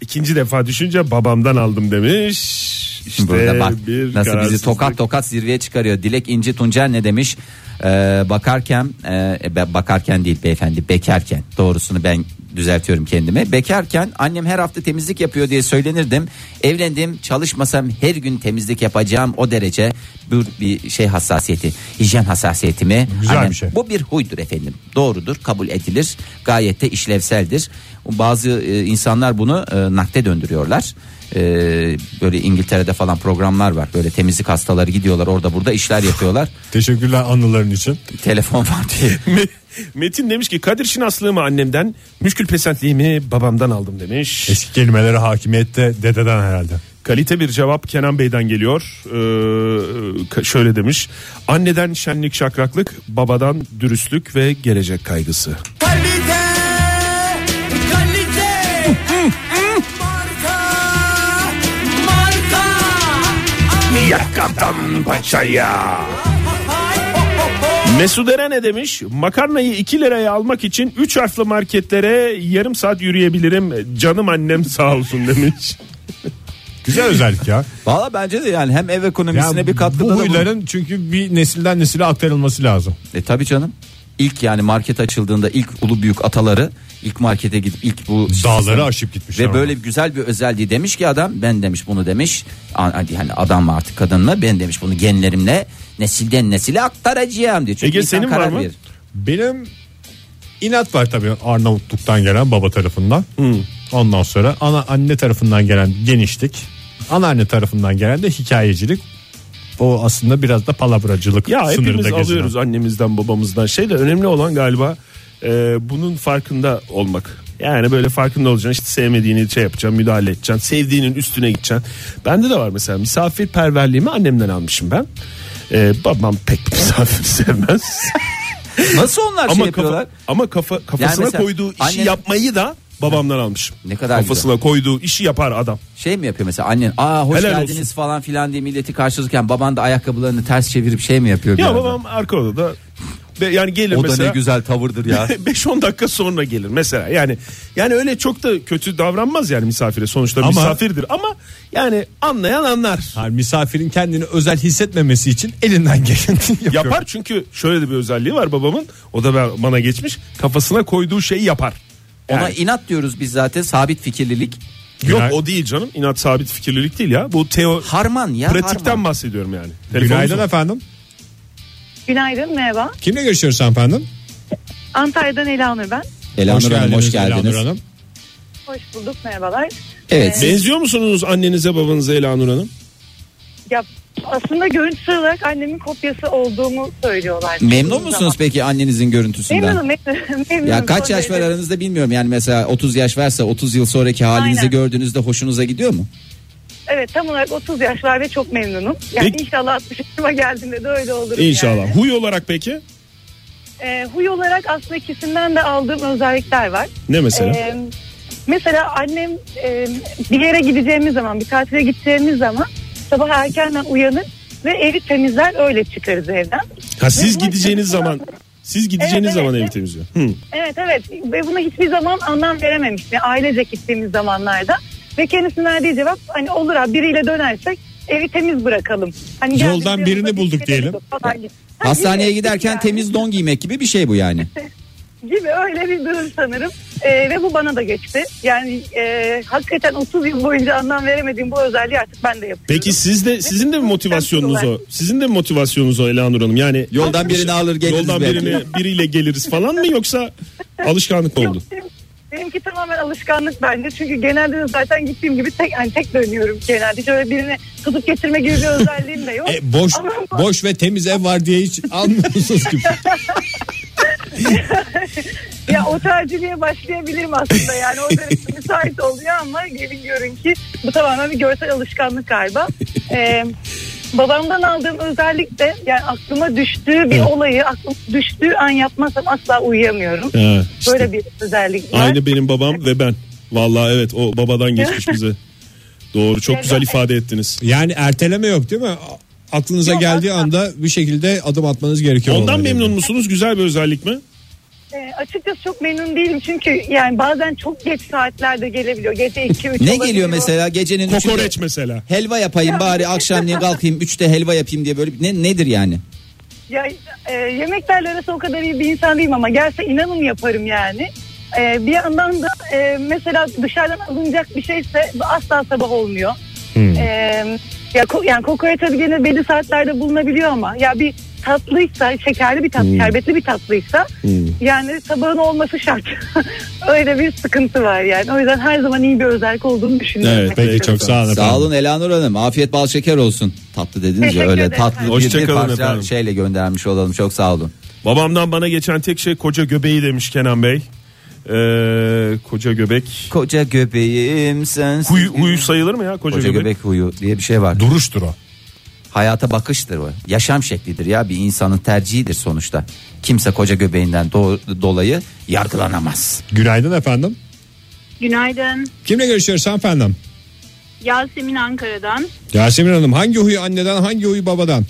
Speaker 5: İkinci defa düşünce babamdan aldım demiş. İşte
Speaker 6: Burada bak
Speaker 5: bir
Speaker 6: nasıl bizi
Speaker 5: kararsızlık.
Speaker 6: tokat tokat zirveye çıkarıyor. Dilek İnci Tuncer ne demiş? Ee, bakarken e, be- bakarken değil beyefendi bekarken doğrusunu ben düzeltiyorum kendime. Bekarken annem her hafta temizlik yapıyor diye söylenirdim. Evlendim çalışmasam her gün temizlik yapacağım o derece bir, bir şey hassasiyeti hijyen hassasiyetimi.
Speaker 1: Güzel bir
Speaker 6: Annem-
Speaker 1: şey.
Speaker 6: Bu bir huydur efendim doğrudur kabul edilir gayet de işlevseldir. Bazı e, insanlar bunu e, nakde döndürüyorlar. E, böyle İngiltere'de falan programlar var böyle temizlik hastaları gidiyorlar orada burada işler yapıyorlar.
Speaker 1: Teşekkürler anıların için.
Speaker 6: Telefon var diye.
Speaker 5: Me- Metin demiş ki Kadir Şinaslığımı annemden, müşkül pesentliğimi babamdan aldım demiş.
Speaker 1: Eski kelimelere hakimiyette dededen herhalde.
Speaker 5: Kalite bir cevap Kenan Bey'den geliyor. Ee, ka- şöyle demiş. Anneden şenlik şakraklık, babadan dürüstlük ve gelecek kaygısı.
Speaker 2: Kalite, kalite, marka, marka.
Speaker 5: Yakadan paçaya. Mesut Eren ne demiş? Makarnayı 2 liraya almak için 3 harfli marketlere yarım saat yürüyebilirim. Canım annem sağ olsun demiş.
Speaker 1: Güzel özellik ya.
Speaker 6: Valla bence de yani hem ev ekonomisine
Speaker 1: Yani
Speaker 6: bir katkıda da
Speaker 1: bu
Speaker 6: bulun-
Speaker 1: huyların çünkü bir nesilden nesile aktarılması lazım.
Speaker 6: E tabi canım. İlk yani market açıldığında ilk ulu büyük ataları ilk markete gidip ilk bu
Speaker 1: Dağları aşıp gitmişler.
Speaker 6: Ve böyle güzel bir özelliği demiş ki adam ben demiş bunu demiş A- a- yani adam mı artık kadın mı ben demiş bunu genlerimle nesilden nesile aktaracağım diyor. Çünkü
Speaker 5: Ege,
Speaker 6: insan
Speaker 5: senin
Speaker 6: karar
Speaker 5: var mı?
Speaker 6: verir.
Speaker 1: Benim inat var tabii Arnavutluk'tan gelen baba tarafından.
Speaker 5: Hmm.
Speaker 1: Ondan sonra ana anne tarafından gelen genişlik. Anneanne tarafından gelen de hikayecilik. O aslında biraz da palavracılık
Speaker 5: Ya hepimiz
Speaker 1: sınırında
Speaker 5: alıyoruz
Speaker 1: gezinen.
Speaker 5: annemizden babamızdan. Şey de önemli olan galiba e, bunun farkında olmak. Yani böyle farkında olacaksın işte sevmediğini şey yapacaksın müdahale edeceksin. Sevdiğinin üstüne gideceksin. Bende de var mesela misafirperverliğimi annemden almışım ben. E, babam pek misafir sevmez.
Speaker 6: Nasıl onlar şey
Speaker 5: ama,
Speaker 6: yapıyorlar?
Speaker 5: kafa, ama kafa,
Speaker 6: Yani
Speaker 5: kafasına
Speaker 6: mesela
Speaker 5: koyduğu işi
Speaker 6: annen-
Speaker 5: yapmayı da babamdan almışım.
Speaker 6: Ne kadar
Speaker 5: Kafasına koyduğu işi yapar adam.
Speaker 6: Şey mi yapıyor mesela annen aa "Ah, hoş
Speaker 5: Helal
Speaker 6: geldiniz
Speaker 5: olsun.
Speaker 6: falan filan diye milleti karşılarken baban da ayakkabılarını ters çevirip şey mi yapıyor? bir
Speaker 5: Ya
Speaker 6: yandan?
Speaker 5: babam arka odada Ve yani gelir
Speaker 6: O da
Speaker 5: mesela.
Speaker 6: ne güzel tavırdır ya.
Speaker 5: 5-10 dakika sonra gelir mesela. Yani yani öyle çok da kötü davranmaz yani misafire. Sonuçta
Speaker 1: Ama-
Speaker 5: misafirdir ama yani anlayan anlar.
Speaker 1: Yani misafirin kendini özel hissetmemesi için elinden geleni yapıyor.
Speaker 5: Yapar çünkü şöyle de bir özelliği var babamın. O da ben, bana geçmiş. Kafasına koyduğu şeyi yapar.
Speaker 6: Ona
Speaker 5: Yani-
Speaker 6: inat diyoruz biz zaten sabit fikirlilik.
Speaker 5: Yok
Speaker 1: Günay-
Speaker 5: o değil canım. İnat sabit fikirlilik değil ya. Bu teo
Speaker 6: Harman ya
Speaker 5: pratikten
Speaker 6: harman.
Speaker 5: bahsediyorum yani. Telefonumuz
Speaker 1: Günaydın
Speaker 5: var.
Speaker 1: efendim.
Speaker 11: Günaydın merhaba.
Speaker 1: Kimle görüşüyoruz efendim?
Speaker 11: Antalya'dan Elanur ben.
Speaker 6: Elanur Hanım hoş
Speaker 1: Elanur
Speaker 6: geldiniz.
Speaker 1: Hanım.
Speaker 11: Hoş bulduk merhabalar. Ee,
Speaker 6: Evet.
Speaker 5: Benziyor musunuz annenize babanıza Elanur Hanım?
Speaker 11: Ya aslında görüntüsü olarak annemin kopyası olduğumu söylüyorlar.
Speaker 6: Memnun
Speaker 11: Zaman.
Speaker 6: musunuz peki annenizin görüntüsünden?
Speaker 11: Memnunum, memnunum. memnunum.
Speaker 6: Ya kaç yaş var
Speaker 11: Son derece.
Speaker 6: aranızda bilmiyorum. Yani mesela 30 yaş varsa 30 yıl sonraki halinizi
Speaker 11: Aynen.
Speaker 6: gördüğünüzde hoşunuza gidiyor mu?
Speaker 11: Evet tam olarak 30 yaş var ve çok memnunum. Yani
Speaker 5: Peki.
Speaker 11: inşallah 60 yaşıma geldiğinde de öyle olur.
Speaker 5: İnşallah.
Speaker 11: Yani.
Speaker 5: Huy olarak peki?
Speaker 11: Ee, huy olarak aslında ikisinden de aldığım özellikler var.
Speaker 5: Ne mesela?
Speaker 11: Ee, mesela annem e, bir yere gideceğimiz zaman, bir tatile gideceğimiz zaman sabah erkenden uyanır ve evi temizler öyle çıkarız evden.
Speaker 5: ha, siz
Speaker 11: bunun-
Speaker 5: gideceğiniz zaman siz gideceğiniz
Speaker 11: Evet,
Speaker 5: zaman
Speaker 11: evet.
Speaker 5: evi temizliyor. Hı.
Speaker 11: Evet evet ve buna hiçbir zaman anlam verememişti ailece gittiğimiz zamanlarda. Ve kendisinin verdiği cevap hani olur abi biriyle dönersek evi temiz bırakalım. Hani
Speaker 1: Yoldan
Speaker 11: geldiğimiz
Speaker 1: birini
Speaker 11: yanımızda
Speaker 1: bulduk
Speaker 11: bir
Speaker 1: diyelim.
Speaker 11: şey falan gibi. Ha,
Speaker 6: Hastaneye
Speaker 11: gibi,
Speaker 6: giderken
Speaker 11: yani.
Speaker 6: temiz don giymek gibi bir şey bu yani.
Speaker 11: Gibi öyle bir durum sanırım. Ee, ve bu bana da geçti. Yani e, hakikaten 30 yıl boyunca anlam veremediğim bu özelliği artık ben de yapıyorum.
Speaker 5: Peki siz de sizin de mi motivasyonunuz o? Sizin de mi motivasyonunuz o Elanur Hanım? Yani
Speaker 6: Yoldan birini alır geliriz
Speaker 5: Yoldan
Speaker 6: belki.
Speaker 5: birini biriyle geliriz falan mı yoksa alışkanlık mı oldu?
Speaker 11: Benim- Benimki tamamen alışkanlık bence. Çünkü genelde de zaten gittiğim gibi tek yani tek dönüyorum genelde. Şöyle birini tutup getirme gibi bir özelliğim de yok.
Speaker 1: E, boş
Speaker 11: Ama-
Speaker 1: boş ve temiz ev var diye hiç almıyorsunuz gibi.
Speaker 11: Ya otelciliğe başlayabilirim aslında yani o derece müsait oluyor ama gelin görün ki bu tamamen bir görsel alışkanlık galiba. Ee, babamdan aldığım özellik de yani aklıma düştüğü bir olayı aklıma düştüğü an yapmazsam asla uyuyamıyorum.
Speaker 5: Ha, işte.
Speaker 11: Böyle bir özellik var.
Speaker 5: Aynı benim babam ve ben. Vallahi evet o babadan geçmiş bize. Doğru çok güzel ifade ettiniz.
Speaker 1: Yani erteleme yok değil mi? A- Aklınıza
Speaker 11: Yok,
Speaker 1: geldiği
Speaker 11: asla.
Speaker 1: anda bir şekilde adım atmanız gerekiyor.
Speaker 5: Ondan
Speaker 1: olmalı
Speaker 5: memnun
Speaker 1: yani.
Speaker 5: musunuz? Güzel bir özellik mi?
Speaker 11: Ee, açıkçası çok memnun değilim çünkü yani bazen çok geç saatlerde gelebiliyor. Gece 2 3
Speaker 6: Ne geliyor mesela gecenin üçünde
Speaker 5: Kokoreç mesela.
Speaker 6: helva yapayım bari akşamleyin kalkayım 3'te helva yapayım diye böyle bir- ne nedir yani?
Speaker 11: Ya e, yemeklerle arası o kadar iyi bir insan değilim ama gelse inanın yaparım yani. E, bir yandan da e, mesela dışarıdan alınacak bir şeyse bu asla sabah olmuyor. E, ya ko- yani kokoreç tabii gene belli saatlerde bulunabiliyor ama ya bir tatlıysa şekerli bir tatlı, şerbetli bir tatlıysa yani sabahın olması şart. Öyle bir sıkıntı var yani. O yüzden her zaman iyi bir özellik olduğunu düşünüyorum.
Speaker 5: Evet, peki, çok
Speaker 1: Sağ olun. efendim.
Speaker 6: Sağ olun Elanur Hanım. Afiyet bal şeker olsun. Tatlı dediniz ya
Speaker 11: Teşekkür
Speaker 6: öyle
Speaker 11: ederim.
Speaker 6: tatlı bir,
Speaker 5: Hoşça
Speaker 6: bir
Speaker 5: kalın
Speaker 6: parça
Speaker 5: efendim.
Speaker 6: şeyle göndermiş olalım. Çok sağ olun.
Speaker 5: Babamdan bana geçen tek şey koca göbeği demiş Kenan Bey. Ee, koca göbek.
Speaker 6: Koca göbeğim sensin.
Speaker 5: Huy, huy sayılır mı ya koca,
Speaker 6: Koca
Speaker 5: göbek?
Speaker 6: göbek huyu diye bir şey var.
Speaker 1: Duruştur o.
Speaker 6: Hayata bakıştır o. Yaşam şeklidir ya bir insanın tercihidir sonuçta. Kimse koca göbeğinden do- dolayı yargılanamaz.
Speaker 1: Günaydın efendim.
Speaker 10: Günaydın.
Speaker 1: Kimle görüşüyoruz efendim?
Speaker 10: Yasemin Ankara'dan.
Speaker 1: Yasemin Hanım hangi huyu anneden hangi huyu babadan?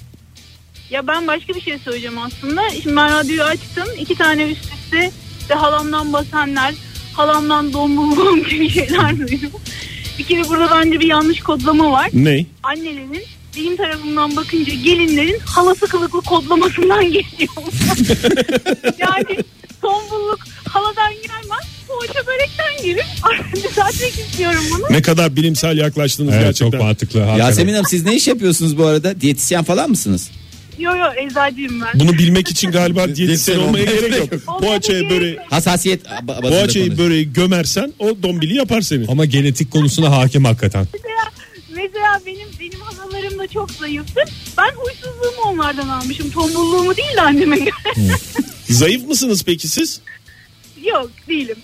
Speaker 10: Ya ben başka bir şey söyleyeceğim aslında. Şimdi ben radyoyu açtım. iki tane üst üste işte halamdan basenler, halamdan dombulmam gibi şeyler duydum. Bir kere burada bence bir yanlış kodlama var.
Speaker 5: Ney?
Speaker 10: Annelerin benim tarafımdan bakınca gelinlerin halası kılıklı kodlamasından geliyor. yani tombulluk haladan gelmez. Poğaça börekten gelir. Düzeltmek istiyorum bunu.
Speaker 5: Ne kadar bilimsel yaklaştınız
Speaker 1: Evet
Speaker 5: gerçekten.
Speaker 1: çok mantıklı.
Speaker 6: Yasemin Hanım siz ne iş yapıyorsunuz bu arada? Diyetisyen falan mısınız?
Speaker 10: Yo yo eczacıyım ben.
Speaker 5: Bunu bilmek için galiba diyetisyen olmaya gerek yok.
Speaker 10: Olmaya
Speaker 5: Poğaçaya
Speaker 10: gerek
Speaker 5: böreği,
Speaker 10: yok.
Speaker 6: Hassasiyet ba- bazında
Speaker 5: poğaçayı
Speaker 6: konuşuyoruz.
Speaker 5: böreği gömersen o dombili yapar seni.
Speaker 1: Ama genetik konusuna hakim hakikaten.
Speaker 10: Mesela, mesela benim benim halalarım da çok zayıftı. Ben huysuzluğumu onlardan almışım. Tombulluğumu değil de anneme göre.
Speaker 5: Zayıf mısınız peki siz?
Speaker 10: Yok değilim.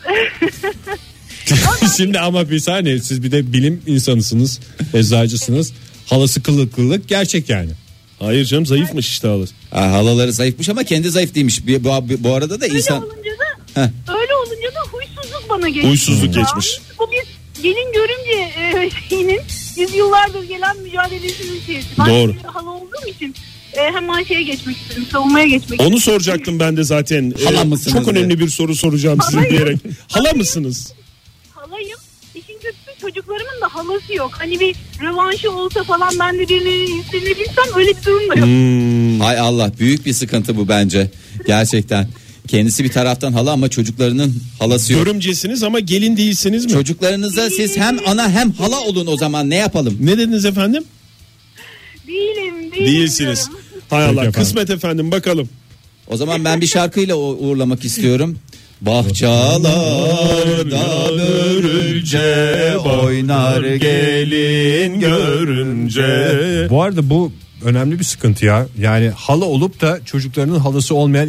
Speaker 1: Şimdi ama bir saniye siz bir de bilim insanısınız, eczacısınız. Halası kılıklılık gerçek yani.
Speaker 5: Hayır canım zayıfmış işte alır.
Speaker 6: Ha, halaları zayıfmış ama kendi zayıf değilmiş. Bir- Bu, bu arada da
Speaker 10: öyle
Speaker 6: insan
Speaker 10: olunca da öyle olunca da huysuzluk bana geçmiş.
Speaker 5: Huysuzluk
Speaker 10: Ya,
Speaker 5: geçmiş.
Speaker 10: Bu bir gelin görümce e, şeyinin yüzyıllardır gelen mücadelesinin şeysi. Ben
Speaker 5: Doğru.
Speaker 10: bir hala olduğum için e, hemen şeye geçmek istedim. Savunmaya geçmek
Speaker 5: Onu soracaktım ben de zaten. Ee,
Speaker 6: Hala mısınız
Speaker 5: çok
Speaker 6: diye.
Speaker 5: önemli bir soru soracağım size diyerek. Hala mısınız?
Speaker 10: halayım. İşin kötüsü çocuklarımın da halası yok. Hani bir rövanşı olsa falan ben de birinin yüzlenebilsem öyle bir durum da yok.
Speaker 6: Hmm, Hay Allah büyük bir sıkıntı bu bence. Gerçekten. Kendisi bir taraftan hala ama çocuklarının halası yok.
Speaker 5: Görümcesiniz ama gelin değilsiniz mi?
Speaker 6: Çocuklarınıza siz hem ana hem hala olun o zaman ne yapalım?
Speaker 5: Ne dediniz efendim?
Speaker 10: Değilim, değilim.
Speaker 5: Değilsiniz.
Speaker 10: diyorum.
Speaker 5: Hay
Speaker 1: Peki
Speaker 5: Allah
Speaker 1: efendim.
Speaker 5: kısmet efendim bakalım.
Speaker 6: O zaman ben bir şarkıyla o- uğurlamak istiyorum. Bahçalarda börülce oynar gelin görünce.
Speaker 1: Bu arada bu önemli bir sıkıntı ya. Yani hala olup da çocuklarının halası olmayan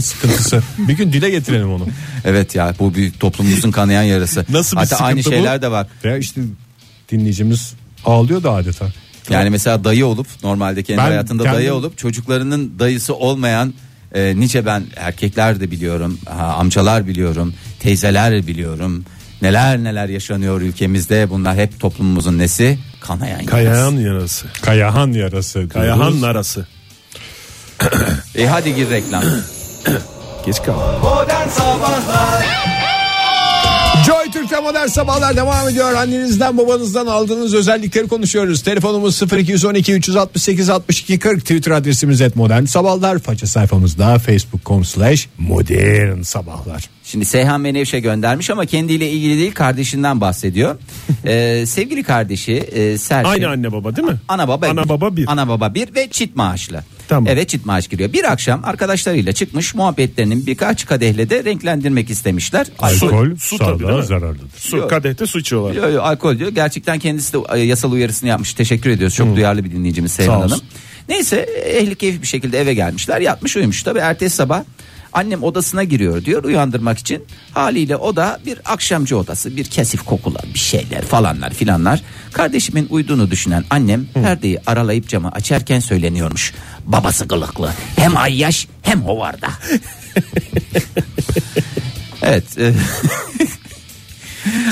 Speaker 1: sıkıntısı. bir gün dile getirelim onu.
Speaker 6: Evet ya bu büyük toplumumuzun kanayan yarası.
Speaker 1: Nasıl bir
Speaker 6: Hatta aynı
Speaker 1: sıkıntı bu?
Speaker 6: şeyler de var.
Speaker 1: Ya işte dinleyicimiz ağlıyor da adeta.
Speaker 6: Yani mesela dayı olup normalde kendi
Speaker 1: Ben
Speaker 6: hayatında
Speaker 1: kendim-
Speaker 6: dayı olup çocuklarının dayısı olmayan e, nice ben erkekler de biliyorum, ha, amcalar biliyorum, teyzeler biliyorum. Neler neler yaşanıyor ülkemizde. Bunlar hep toplumumuzun nesi? Kanayan. yarası.
Speaker 5: yarası.
Speaker 1: Kayahan yarası. diyoruz.
Speaker 5: Kayahan narası.
Speaker 6: E hadi gir reklam.
Speaker 5: Geç kal.
Speaker 1: Joy Türk'te modern sabahlar devam ediyor. Annenizden babanızdan aldığınız özellikleri konuşuyoruz. Telefonumuz 0212 368 62 40 Twitter adresimiz et modern sabahlar. Faça sayfamızda facebook.com slash modern sabahlar.
Speaker 6: Şimdi Seyhan Menevşe göndermiş ama kendiyle ilgili değil kardeşinden bahsediyor. Ee, sevgili kardeşi e, Serpil.
Speaker 5: Aynı anne baba değil mi?
Speaker 6: Ana baba,
Speaker 5: Ana baba bir.
Speaker 6: Ana baba bir ve çit maaşlı.
Speaker 5: Tamam.
Speaker 6: Evet çit maaş giriyor. Bir akşam arkadaşlarıyla çıkmış muhabbetlerinin birkaç kadehle de renklendirmek istemişler.
Speaker 5: Alkol, su tabii değil mi?
Speaker 1: zararlıdır.
Speaker 5: Su,
Speaker 6: Yok.
Speaker 5: kadehte su içiyorlar.
Speaker 6: Yo, yo, alkol diyor. Gerçekten kendisi de e, yasal uyarısını yapmış. Teşekkür ediyoruz. Çok duyarlı bir dinleyicimiz Seyhan
Speaker 5: olsun.
Speaker 6: Hanım. Neyse ehli keyif bir şekilde eve gelmişler. Yatmış uyumuş. Tabi ertesi sabah annem odasına giriyor diyor uyandırmak için. Haliyle o da bir akşamcı odası. Bir kesif kokular bir şeyler falanlar filanlar. Kardeşimin uyuduğunu düşünen annem perdeyi aralayıp camı açarken söyleniyormuş. Babası gılıklı. Hem ayyaş hem hovarda. evet. e,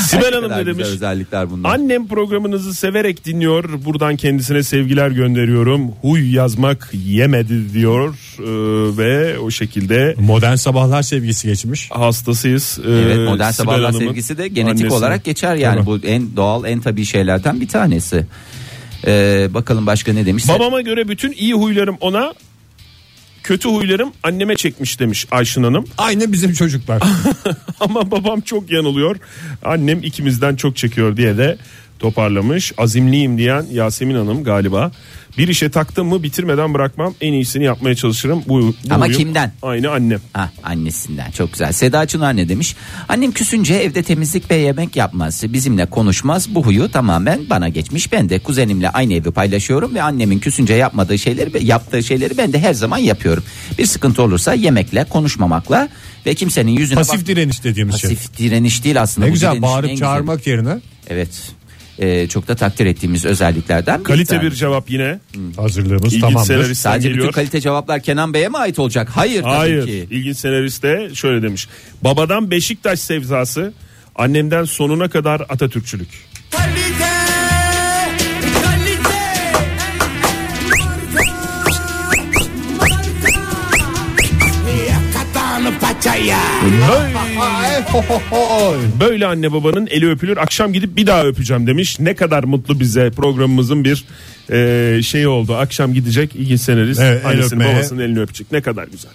Speaker 5: Sibel Hanım
Speaker 6: kadar
Speaker 5: ne
Speaker 6: güzel
Speaker 5: demiş?
Speaker 6: Özellikler bunlar.
Speaker 5: Annem programınızı severek dinliyor. Buradan kendisine sevgiler gönderiyorum. Huy yazmak yemedi diyor Ee, ve o şekilde
Speaker 1: Modern sabahlar sevgisi geçmiş.
Speaker 5: hastasıyız. Ee,
Speaker 6: Evet modern
Speaker 5: Sibel
Speaker 6: sabahlar
Speaker 5: Hanım'ın
Speaker 6: sevgisi de genetik
Speaker 5: annesinin.
Speaker 6: olarak geçer yani bu en doğal en tabii şeylerden bir tanesi. Ee, bakalım başka ne demiş?
Speaker 5: Babama göre bütün iyi huylarım ona, kötü huylarım anneme çekmiş demiş Ayşın Hanım.
Speaker 1: Aynı bizim çocuklar.
Speaker 5: Ama babam çok yanılıyor. Annem ikimizden çok çekiyor diye de toparlamış. Azimliyim diyen Yasemin Hanım galiba. Bir işe taktım mı bitirmeden bırakmam. En iyisini yapmaya çalışırım. Bu, bu
Speaker 6: Ama
Speaker 5: huyum
Speaker 6: kimden?
Speaker 5: Aynı annem.
Speaker 6: Ha, annesinden çok güzel. Seda Çınar ne demiş? Annem küsünce evde temizlik ve yemek yapmaz. Bizimle konuşmaz. Bu huyu tamamen bana geçmiş. Ben de kuzenimle aynı evi paylaşıyorum ve annemin küsünce yapmadığı şeyleri yaptığı şeyleri ben de her zaman yapıyorum. Bir sıkıntı olursa yemekle, konuşmamakla ve kimsenin yüzüne
Speaker 1: Pasif
Speaker 6: bak-
Speaker 1: direniş dediğimiz şey.
Speaker 6: Pasif direniş değil aslında.
Speaker 1: Ne
Speaker 6: Bu
Speaker 1: güzel
Speaker 6: direnişin en
Speaker 1: bağırıp
Speaker 6: güzeli.
Speaker 1: çağırmak yerine
Speaker 6: Evet. Ee, çok da takdir ettiğimiz özelliklerden
Speaker 5: Kalite
Speaker 1: şey.
Speaker 6: tane.
Speaker 5: bir cevap yine.
Speaker 6: Hmm.
Speaker 1: hazırlığımız
Speaker 5: İlginç
Speaker 1: tamamdır.
Speaker 5: senarist
Speaker 6: Sadece bütün
Speaker 5: geliyor.
Speaker 6: kalite cevaplar Kenan Bey'e mi ait olacak? Hayır,
Speaker 5: Hayır.
Speaker 6: tabii ki.
Speaker 5: İlginç senarist de şöyle demiş. Babadan Beşiktaş sevdası, annemden sonuna kadar Atatürkçülük.
Speaker 2: Kalite, kalite,
Speaker 1: Ay, ho, ho, ho.
Speaker 5: Böyle anne babanın eli öpülür. Akşam gidip bir daha öpeceğim demiş. Ne kadar mutlu bize programımızın bir e, şeyi oldu. Akşam gidecek ilginç senarist
Speaker 1: Evet, el
Speaker 5: annesinin
Speaker 1: öpmeye.
Speaker 5: babasının elini öpecek. Ne kadar güzel.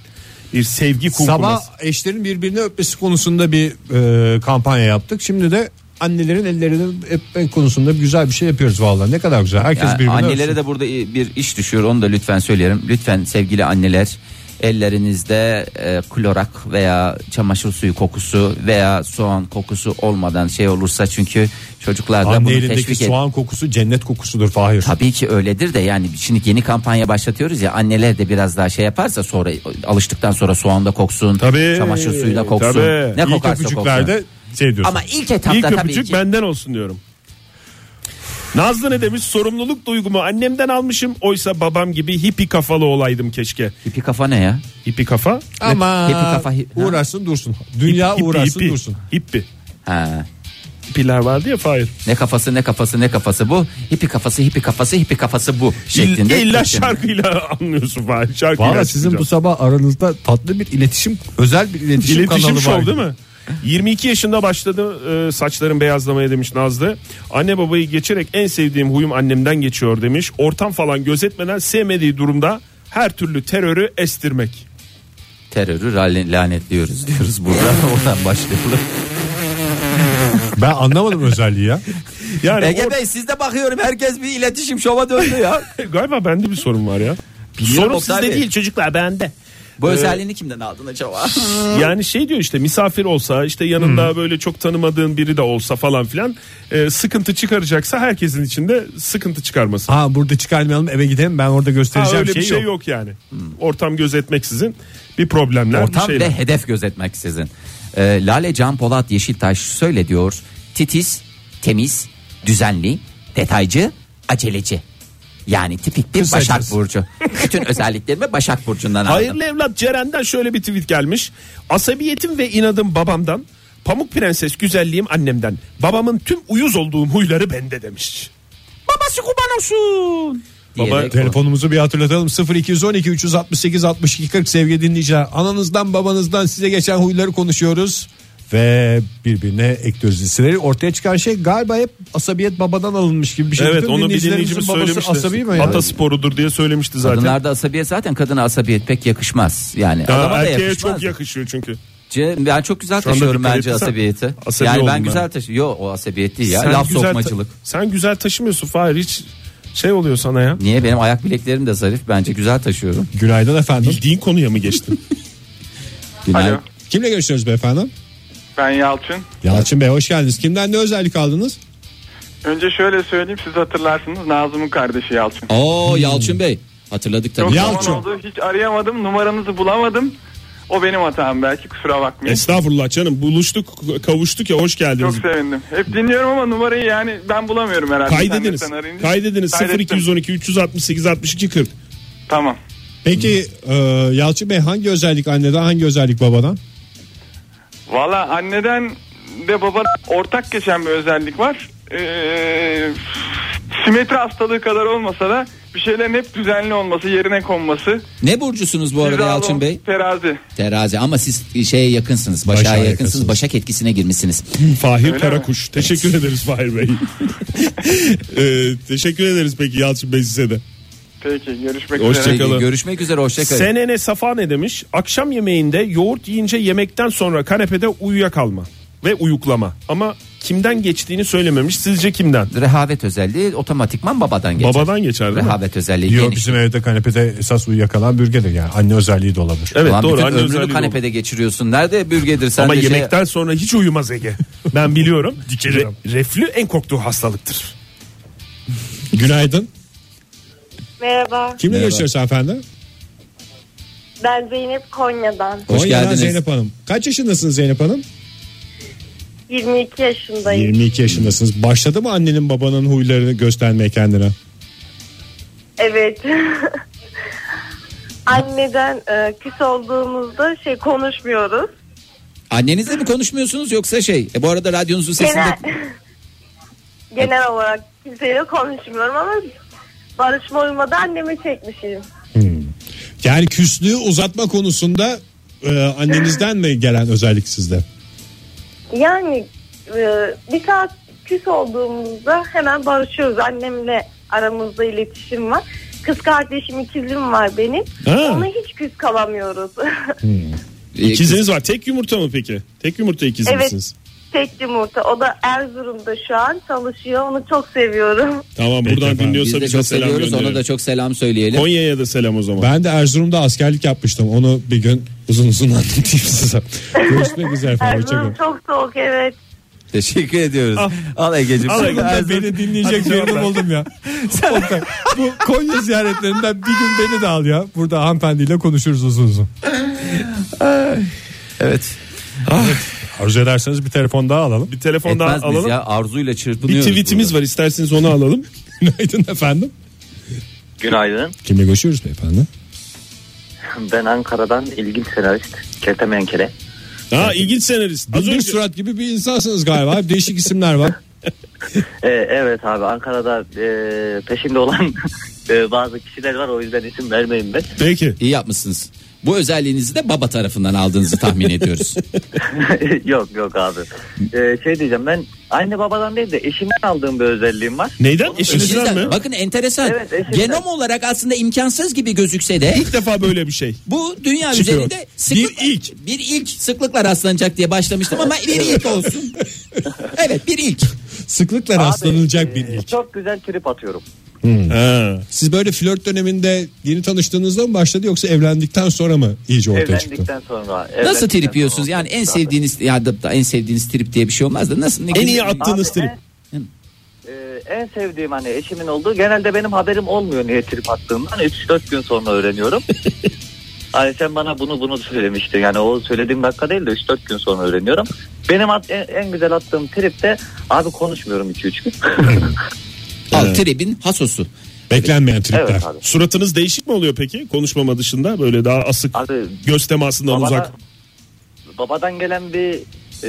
Speaker 5: Bir sevgi kumkuması.
Speaker 1: Sabah eşlerin birbirini öpmesi konusunda bir e, kampanya yaptık. Şimdi de annelerin ellerini öpme konusunda güzel bir şey yapıyoruz vallahi. Ne kadar güzel. Herkes
Speaker 6: Yani
Speaker 1: birbirini
Speaker 6: annelere
Speaker 1: öpsün.
Speaker 6: de burada i- bir iş düşüyor. Onu da lütfen söyleyelim. Lütfen sevgili anneler ellerinizde e, klorak veya çamaşır suyu kokusu veya soğan kokusu olmadan şey olursa çünkü çocuklar da
Speaker 1: Anne
Speaker 6: bunu
Speaker 1: elindeki
Speaker 6: teşvik et-
Speaker 1: soğan kokusu cennet kokusudur Fahir.
Speaker 6: Tabii ki öyledir de yani şimdi yeni kampanya başlatıyoruz ya anneler de biraz daha şey yaparsa sonra alıştıktan sonra soğanda koksun,
Speaker 5: Tabii,
Speaker 6: çamaşır suyuyla koksun.
Speaker 5: tabii.
Speaker 6: Ne
Speaker 5: İlk
Speaker 6: kokarsa koksun.
Speaker 1: Öpücüklerde şey diyorsun.
Speaker 6: Ama ilk etapta
Speaker 5: İlk
Speaker 6: tabii
Speaker 5: öpücük
Speaker 6: ki.
Speaker 5: benden olsun diyorum. Nazlı ne demiş? Sorumluluk duygumu annemden almışım. Oysa babam gibi hippie kafalı olaydım keşke.
Speaker 6: Hipi kafa ne ya?
Speaker 5: Hippie kafa?
Speaker 1: Ama
Speaker 6: Hepi kafa-
Speaker 1: uğraşsın dursun. Dünya
Speaker 5: Hippi,
Speaker 1: uğraşsın
Speaker 5: hippi.
Speaker 1: dursun.
Speaker 5: Hippi.
Speaker 6: Ha.
Speaker 5: hippiler vardı ya Fahir.
Speaker 6: Ne kafası ne kafası ne kafası bu. Hipi kafası hipi kafası hipi kafası bu şeklinde.
Speaker 5: İlla şarkıyla anlıyorsun Fahir. Şarkıyla
Speaker 1: Valla sizin bu
Speaker 5: çıkacağım.
Speaker 1: sabah aranızda tatlı bir iletişim, özel bir iletişim,
Speaker 5: İletişim
Speaker 1: kanalı
Speaker 5: şov
Speaker 1: var.
Speaker 5: değil mi? 22 yaşında başladı e, saçların beyazlamaya demiş Nazlı. Anne babayı geçerek en sevdiğim huyum annemden geçiyor demiş. Ortam falan gözetmeden sevmediği durumda her türlü terörü estirmek.
Speaker 6: Terörü rale- lanetliyoruz diyoruz burada. Oradan başlayalım.
Speaker 1: Ben anlamadım özelliği ya.
Speaker 5: Yani
Speaker 6: Ege
Speaker 5: or-
Speaker 6: Bey siz de bakıyorum herkes bir iletişim şova döndü ya.
Speaker 5: galiba bende bir sorun var ya. sorun
Speaker 6: Oktay
Speaker 5: sizde
Speaker 6: Bey.
Speaker 5: değil çocuklar bende. Ee,
Speaker 6: Bu özelliğini kimden aldın acaba?
Speaker 5: Yani şey diyor işte misafir olsa işte yanında böyle çok tanımadığın biri de olsa falan filan e, sıkıntı çıkaracaksa herkesin içinde sıkıntı çıkarması.
Speaker 1: Ha burada çıkarmayalım eve gidelim ben orada
Speaker 5: Ha,
Speaker 1: göstereceğim
Speaker 5: öyle
Speaker 1: şey,
Speaker 5: bir şey yok,
Speaker 1: yok.
Speaker 5: yani. Ortam gözetmeksizin bir problemler bir şey
Speaker 6: Ortam
Speaker 5: şeyler.
Speaker 6: ve hedef gözetmek sizin. Ee, Lale Can Polat Yeşiltaş söyle diyor. Titiz, temiz, düzenli, detaycı, aceleci. Yani tipik bir
Speaker 1: Kısacası.
Speaker 6: Başak Burcu. Bütün özelliklerimi Başak Burcu'ndan aldım.
Speaker 5: Hayırlı evlat Ceren'den şöyle bir tweet gelmiş. Asabiyetim ve inadım babamdan. Pamuk prenses güzelliğim annemden. Babamın tüm uyuz olduğum huyları bende demiş.
Speaker 6: Babası kurban olsun.
Speaker 5: Baba,
Speaker 1: Telefonumuzu bir hatırlatalım 0212 368 62 40 sevgili dinleyiciler. Ananızdan babanızdan size geçen huyları konuşuyoruz. Ve birbirine ekliyoruz listeleri. Ortaya çıkan şey galiba hep asabiyet babadan alınmış gibi bir şey.
Speaker 5: Evet
Speaker 1: Bütün
Speaker 5: onu bir
Speaker 1: dinleyicilerimizin
Speaker 5: dinleyicimiz
Speaker 1: babası
Speaker 5: söylemişti.
Speaker 1: Asabi mi ya?
Speaker 5: Atasporudur diye söylemişti zaten.
Speaker 6: Kadınlarda asabiyet zaten kadına asabiyet pek yakışmaz. Yani
Speaker 5: Ya,
Speaker 6: adama da
Speaker 5: erkeğe
Speaker 6: yakışmaz.
Speaker 5: çok yakışıyor çünkü.
Speaker 6: Ce- ben çok güzel
Speaker 5: Şu anda
Speaker 6: taşıyorum
Speaker 5: dikkat
Speaker 6: bence
Speaker 5: etsen
Speaker 6: asabiyeti.
Speaker 5: asabi
Speaker 6: yani
Speaker 5: oldum
Speaker 6: ben
Speaker 5: ben.
Speaker 6: güzel taşıyorum. Yok o asabiyet değil ya. Laf
Speaker 5: güzel ta-
Speaker 6: sokmacılık.
Speaker 5: sen güzel taşımıyorsun Fahir hiç şey oluyor sana ya.
Speaker 6: Niye benim ayak bileklerim de zarif bence güzel taşıyorum.
Speaker 1: Günaydın efendim.
Speaker 5: Bildiğin konuya mı geçtin?
Speaker 6: Günaydın.
Speaker 12: Alo.
Speaker 1: Kimle görüşüyoruz beyefendi?
Speaker 12: Ben Yalçın.
Speaker 1: Yalçın Bey hoş geldiniz. Kimden ne özellik aldınız?
Speaker 12: Önce şöyle söyleyeyim siz hatırlarsınız Nazım'ın kardeşi Yalçın.
Speaker 13: Oo Yalçın Bey. Hatırladık tabii.
Speaker 12: Çok
Speaker 1: Yalçın.
Speaker 12: zaman oldu hiç arayamadım numaranızı bulamadım. O benim hatam belki kusura bakmayın.
Speaker 5: Estağfurullah canım buluştuk kavuştuk ya hoş
Speaker 12: Çok
Speaker 5: geldiniz.
Speaker 12: sevindim. Hep dinliyorum ama numarayı yani ben bulamıyorum herhalde.
Speaker 5: Kaydediniz.
Speaker 12: Sen de sen arayınca.
Speaker 5: Kaydediniz
Speaker 12: Kaydettim.
Speaker 5: 0212 368 62 40.
Speaker 12: Tamam.
Speaker 1: Peki e, Yalçın Bey hangi özellik anneden hangi özellik babadan?
Speaker 12: Valla anneden de baba ortak geçen bir özellik var. Ee, simetri hastalığı kadar olmasa da bir şeylerin hep düzenli olması, yerine konması.
Speaker 13: Ne burcusunuz bu arada
Speaker 12: Hizalı
Speaker 13: Yalçın
Speaker 12: ol-
Speaker 13: Bey?
Speaker 12: Terazi.
Speaker 13: Terazi ama siz şeye yakınsınız. Başak'a
Speaker 1: Başak'a
Speaker 13: yakınsınız.
Speaker 1: yakınsınız.
Speaker 13: Başak etkisine girmişsiniz.
Speaker 5: Fahir
Speaker 12: mi?
Speaker 5: Karakuş. Teşekkür ederiz Fahir Bey. Ee, teşekkür ederiz peki Yalçın Bey size de.
Speaker 12: Peki görüşmek
Speaker 5: Hoşça
Speaker 12: üzere.
Speaker 5: kal. Hoşçakalın.
Speaker 6: Görüşmek üzere hoşçakalın.
Speaker 5: Senene Safa ne demiş? Akşam yemeğinde yoğurt yiyince yemekten sonra kanepede uyuyakalma ve uyuklama. Ama kimden geçtiğini söylememiş. Sizce kimden?
Speaker 6: Rehavet özelliği otomatikman babadan geçer.
Speaker 5: Babadan geçer değil mi?
Speaker 6: Rehavet özelliği
Speaker 1: Diyor
Speaker 6: geniş.
Speaker 1: bizim evde kanepede esas uyuyakalan bürgedir yani. Anne özelliği de olabilir.
Speaker 5: Evet
Speaker 6: Ulan
Speaker 5: doğru.
Speaker 6: bütün
Speaker 5: Anne
Speaker 6: ömrünü
Speaker 5: özelliği doğru.
Speaker 6: kanepede geçiriyorsun. Nerede bürgedir sen
Speaker 5: Ama
Speaker 6: de şey-
Speaker 5: yemekten sonra hiç uyumaz Ege. Ben biliyorum. Re- reflü en korktuğu hastalıktır.
Speaker 1: Günaydın.
Speaker 7: Merhaba.
Speaker 1: Kimle görüşüyoruz efendim?
Speaker 7: Ben Zeynep Konya'dan.
Speaker 13: Hoş geldiniz.
Speaker 1: Zeynep Hanım. Kaç yaşındasınız Zeynep Hanım?
Speaker 7: 22 yaşındayım.
Speaker 1: 22 yaşındasınız. Başladı mı annenin babanın huylarını göstermeye kendine?
Speaker 7: Evet. Anneden e, küs olduğumuzda şey konuşmuyoruz.
Speaker 13: Annenizle mi konuşmuyorsunuz yoksa şey? E, bu arada radyonuzun sesinde
Speaker 7: Genel, genel olarak kimseyle konuşmuyorum ama barışma uyumada anneme çekmişim.
Speaker 1: Hmm. Yani küslüğü uzatma konusunda e, annenizden mi gelen özellik sizde?
Speaker 7: Yani e, bir saat küs olduğumuzda hemen barışıyoruz. Annemle aramızda iletişim var. Kız kardeşim ikizim var benim.
Speaker 5: Ha.
Speaker 7: Ona hiç küs kalamıyoruz.
Speaker 6: Hmm.
Speaker 13: e,
Speaker 5: İkiziniz var. Tek yumurta mı peki? Tek yumurta ikiz
Speaker 7: Evet.
Speaker 5: misiniz?
Speaker 7: Tek yumurta. O da Erzurum'da şu an çalışıyor. Onu çok seviyorum.
Speaker 5: Tamam
Speaker 1: Peki
Speaker 5: buradan
Speaker 1: efendim.
Speaker 5: dinliyorsa
Speaker 13: biz de
Speaker 5: bize
Speaker 13: çok
Speaker 5: selam
Speaker 13: seviyoruz. Ona
Speaker 5: gönderin.
Speaker 13: da çok selam söyleyelim.
Speaker 5: Konya'ya da selam o zaman.
Speaker 1: Ben de Erzurum'da askerlik yapmıştım. Onu bir gün uzun uzun anlatayım size. Görüşmek üzere efendim.
Speaker 7: Erzurum
Speaker 1: Hoşçakalın.
Speaker 7: çok soğuk evet.
Speaker 6: Teşekkür ediyoruz. Al, Ege'ciğim.
Speaker 5: Al Ege.
Speaker 6: Erzurum-
Speaker 1: Beni dinleyecek birini buldum ya. Oktay, Bu Konya ziyaretlerinden bir gün beni de al ya. Burada hanımefendiyle konuşuruz uzun uzun.
Speaker 6: Evet.
Speaker 1: Ah. Arzu ederseniz bir telefon daha alalım.
Speaker 5: Bir telefon daha
Speaker 6: Etmez miyiz
Speaker 5: alalım.
Speaker 6: ya arzuyla
Speaker 5: Bir
Speaker 6: çırpınıyoruz.
Speaker 5: tweetimiz
Speaker 6: burada.
Speaker 5: var isterseniz onu alalım.
Speaker 1: Günaydın efendim.
Speaker 12: Günaydın.
Speaker 1: Kimle görüşüyoruz beyefendi?
Speaker 12: Ben Ankara'dan ilgin senarist Kertem Enkele.
Speaker 5: Ha ilginç senarist. Az
Speaker 1: Bildir
Speaker 5: önce
Speaker 1: surat gibi bir insansınız galiba. Hep değişik isimler var.
Speaker 14: Ee, evet abi Ankara'da e, peşinde olan e, bazı kişiler var o yüzden isim vermeyin ben.
Speaker 1: Peki.
Speaker 6: İyi yapmışsınız. Bu özelliğinizi de baba tarafından aldığınızı tahmin ediyoruz.
Speaker 14: yok yok abi. Ee, şey diyeceğim ben anne babadan değil de eşimden aldığım bir özelliğim var.
Speaker 5: neyden? Eşinizden
Speaker 6: Eşinizden-
Speaker 5: mi?
Speaker 6: şey bakın enteresan.
Speaker 14: Evet, eşimden.
Speaker 6: Genom olarak aslında imkansız gibi gözükse de
Speaker 5: İlk defa böyle bir şey.
Speaker 6: bu dünya
Speaker 5: Çıkıyor.
Speaker 6: üzerinde sıklıkla-
Speaker 5: Bir ilk.
Speaker 6: bir ilk sıklıkla rastlanacak diye başlamıştım ama bir ilk olsun. evet bir ilk.
Speaker 1: Sıklıkla
Speaker 14: Abi,
Speaker 1: rastlanılacak
Speaker 14: e,
Speaker 1: bir ilk.
Speaker 14: Çok güzel trip atıyorum.
Speaker 6: Hmm.
Speaker 5: Ha.
Speaker 1: Siz böyle flört döneminde yeni tanıştığınızda mı başladı yoksa evlendikten sonra mı iyice ortaya çıktı?
Speaker 14: Evlendikten sonra.
Speaker 6: Nasıl
Speaker 14: evlendikten
Speaker 6: trip
Speaker 14: sonra
Speaker 6: yiyorsunuz? Yani en
Speaker 14: oldu zaten.
Speaker 6: sevdiğiniz ya da da en sevdiğiniz trip diye bir şey olmaz da nasıl? ne-
Speaker 5: En iyi
Speaker 14: Abi,
Speaker 5: attığınız trip.
Speaker 14: en- e, en sevdiğim hani eşimin olduğu genelde benim haberim olmuyor niye trip attığımdan 3-4 gün sonra öğreniyorum. Hani sen bana bunu bunu söylemiştin yani o söylediğim dakika değil de 3-4 gün sonra öğreniyorum. Benim at, en, en güzel attığım trip de abi konuşmuyorum 2-3 gün.
Speaker 6: Al trip'in hasosu.
Speaker 1: Beklenmeyen tripler.
Speaker 14: evet abi.
Speaker 5: Suratınız değişik mi oluyor peki? Konuşmama dışında böyle daha asık
Speaker 14: Abi
Speaker 5: göz temasından
Speaker 14: babana-
Speaker 5: uzak.
Speaker 14: babadan gelen bir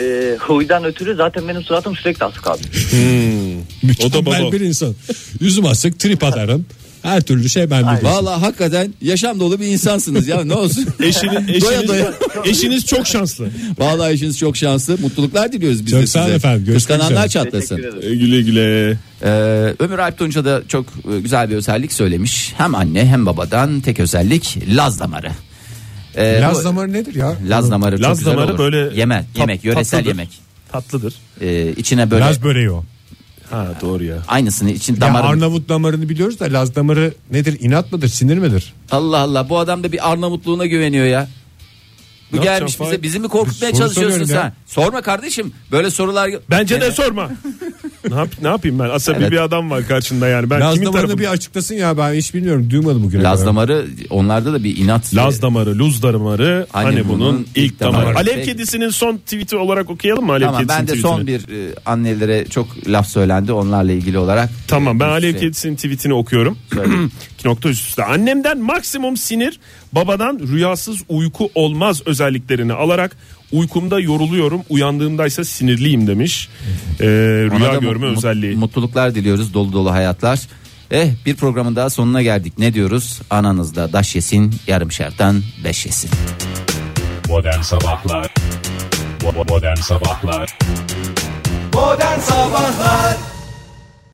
Speaker 14: e, huydan ötürü zaten benim suratım sürekli asık abi.
Speaker 5: O da baba.
Speaker 1: Hmm. Mükemmel bir insan. Yüzüm asık, trip atarım. Her türlü şey ben bilirim.
Speaker 6: Vallahi hakikaten yaşam dolu bir insansınız ya ne olsun.
Speaker 5: Eşiniz, eşiniz,
Speaker 6: Doya doya.
Speaker 5: eşiniz çok şanslı.
Speaker 6: Vallahi işiniz çok şanslı. Mutluluklar diliyoruz biz
Speaker 1: Çok
Speaker 6: de
Speaker 1: sağ olun
Speaker 6: size.
Speaker 1: efendim. Görüşmek
Speaker 6: Kıskananlar
Speaker 1: üzere. E,
Speaker 6: çatlasın.
Speaker 14: Teşekkür ederim.
Speaker 5: Güle güle.
Speaker 6: Ee, Ömür Alp Tunca da çok e, güzel bir özellik söylemiş. Hem anne hem babadan tek özellik Laz damarı. Ee, bu-
Speaker 1: damarı nedir ya?
Speaker 6: Laz damarı çok
Speaker 5: Laz
Speaker 6: güzel
Speaker 5: damarı
Speaker 6: olur.
Speaker 5: böyle
Speaker 6: yemek,
Speaker 5: tat-
Speaker 6: yemek yöresel
Speaker 5: tatlıdır.
Speaker 6: yemek.
Speaker 5: Tatlıdır.
Speaker 6: Ee, içine böyle
Speaker 1: Laz böreği o.
Speaker 5: Ha doğru ya.
Speaker 6: aynısını için
Speaker 1: Ya
Speaker 6: damarın
Speaker 1: Arnavut damarını biliyoruz da Laz damarı nedir? İnat mıdır? Sinir midir?
Speaker 6: Allah Allah bu adam da bir Arnavutluğuna güveniyor ya. Bu
Speaker 5: Ne
Speaker 6: gelmiş
Speaker 5: yapacaksın
Speaker 6: bize
Speaker 5: Fahir?
Speaker 6: bizi mi korkutmaya
Speaker 1: Soru
Speaker 6: çalışıyorsun
Speaker 1: soruyorum
Speaker 6: sen?
Speaker 1: ya.
Speaker 6: Sorma kardeşim böyle sorular.
Speaker 5: Bence de sorma. ne, yap, ne yapayım ben? Asabi
Speaker 6: Evet.
Speaker 5: bir adam var karşında yani. Ben
Speaker 1: Laz
Speaker 5: kimin
Speaker 1: damarını
Speaker 5: tarafım?
Speaker 1: bir açıklasın ya ben hiç bilmiyorum. Duymadım bugüne
Speaker 6: Laz
Speaker 1: kadar.
Speaker 6: damarı onlarda da bir inat.
Speaker 5: Laz damarı, luz damarı,
Speaker 6: Hani
Speaker 5: hani,
Speaker 6: bunun
Speaker 5: bunun,
Speaker 6: ilk
Speaker 5: ilk damarı.
Speaker 6: damarı.
Speaker 5: Alev
Speaker 6: Peki.
Speaker 5: kedisinin son tweet'i olarak okuyalım mı Alev
Speaker 6: Tamam
Speaker 5: kedisinin
Speaker 6: ben de son
Speaker 5: tweetini?
Speaker 6: bir e, annelere çok laf söylendi onlarla ilgili olarak.
Speaker 5: Tamam ben
Speaker 6: Şey-
Speaker 5: Alev kedisinin tweet'ini okuyorum. İki nokta üst üste. Annemden maksimum sinir, babadan rüyasız uyku olmaz özelliklerini alarak uykumda yoruluyorum, uyandığımda ise sinirliyim demiş. Ee,
Speaker 6: Ona
Speaker 5: rüya
Speaker 6: da
Speaker 5: görme
Speaker 6: mut- mut-
Speaker 5: özelliği.
Speaker 6: Mutluluklar diliyoruz dolu dolu hayatlar. Eh bir programın daha sonuna geldik. Ne diyoruz? Ananızda daş yesin, yarım şerden beş yesin.
Speaker 15: Modern Sabahlar Bo- bo- Modern Sabahlar
Speaker 2: Modern Sabahlar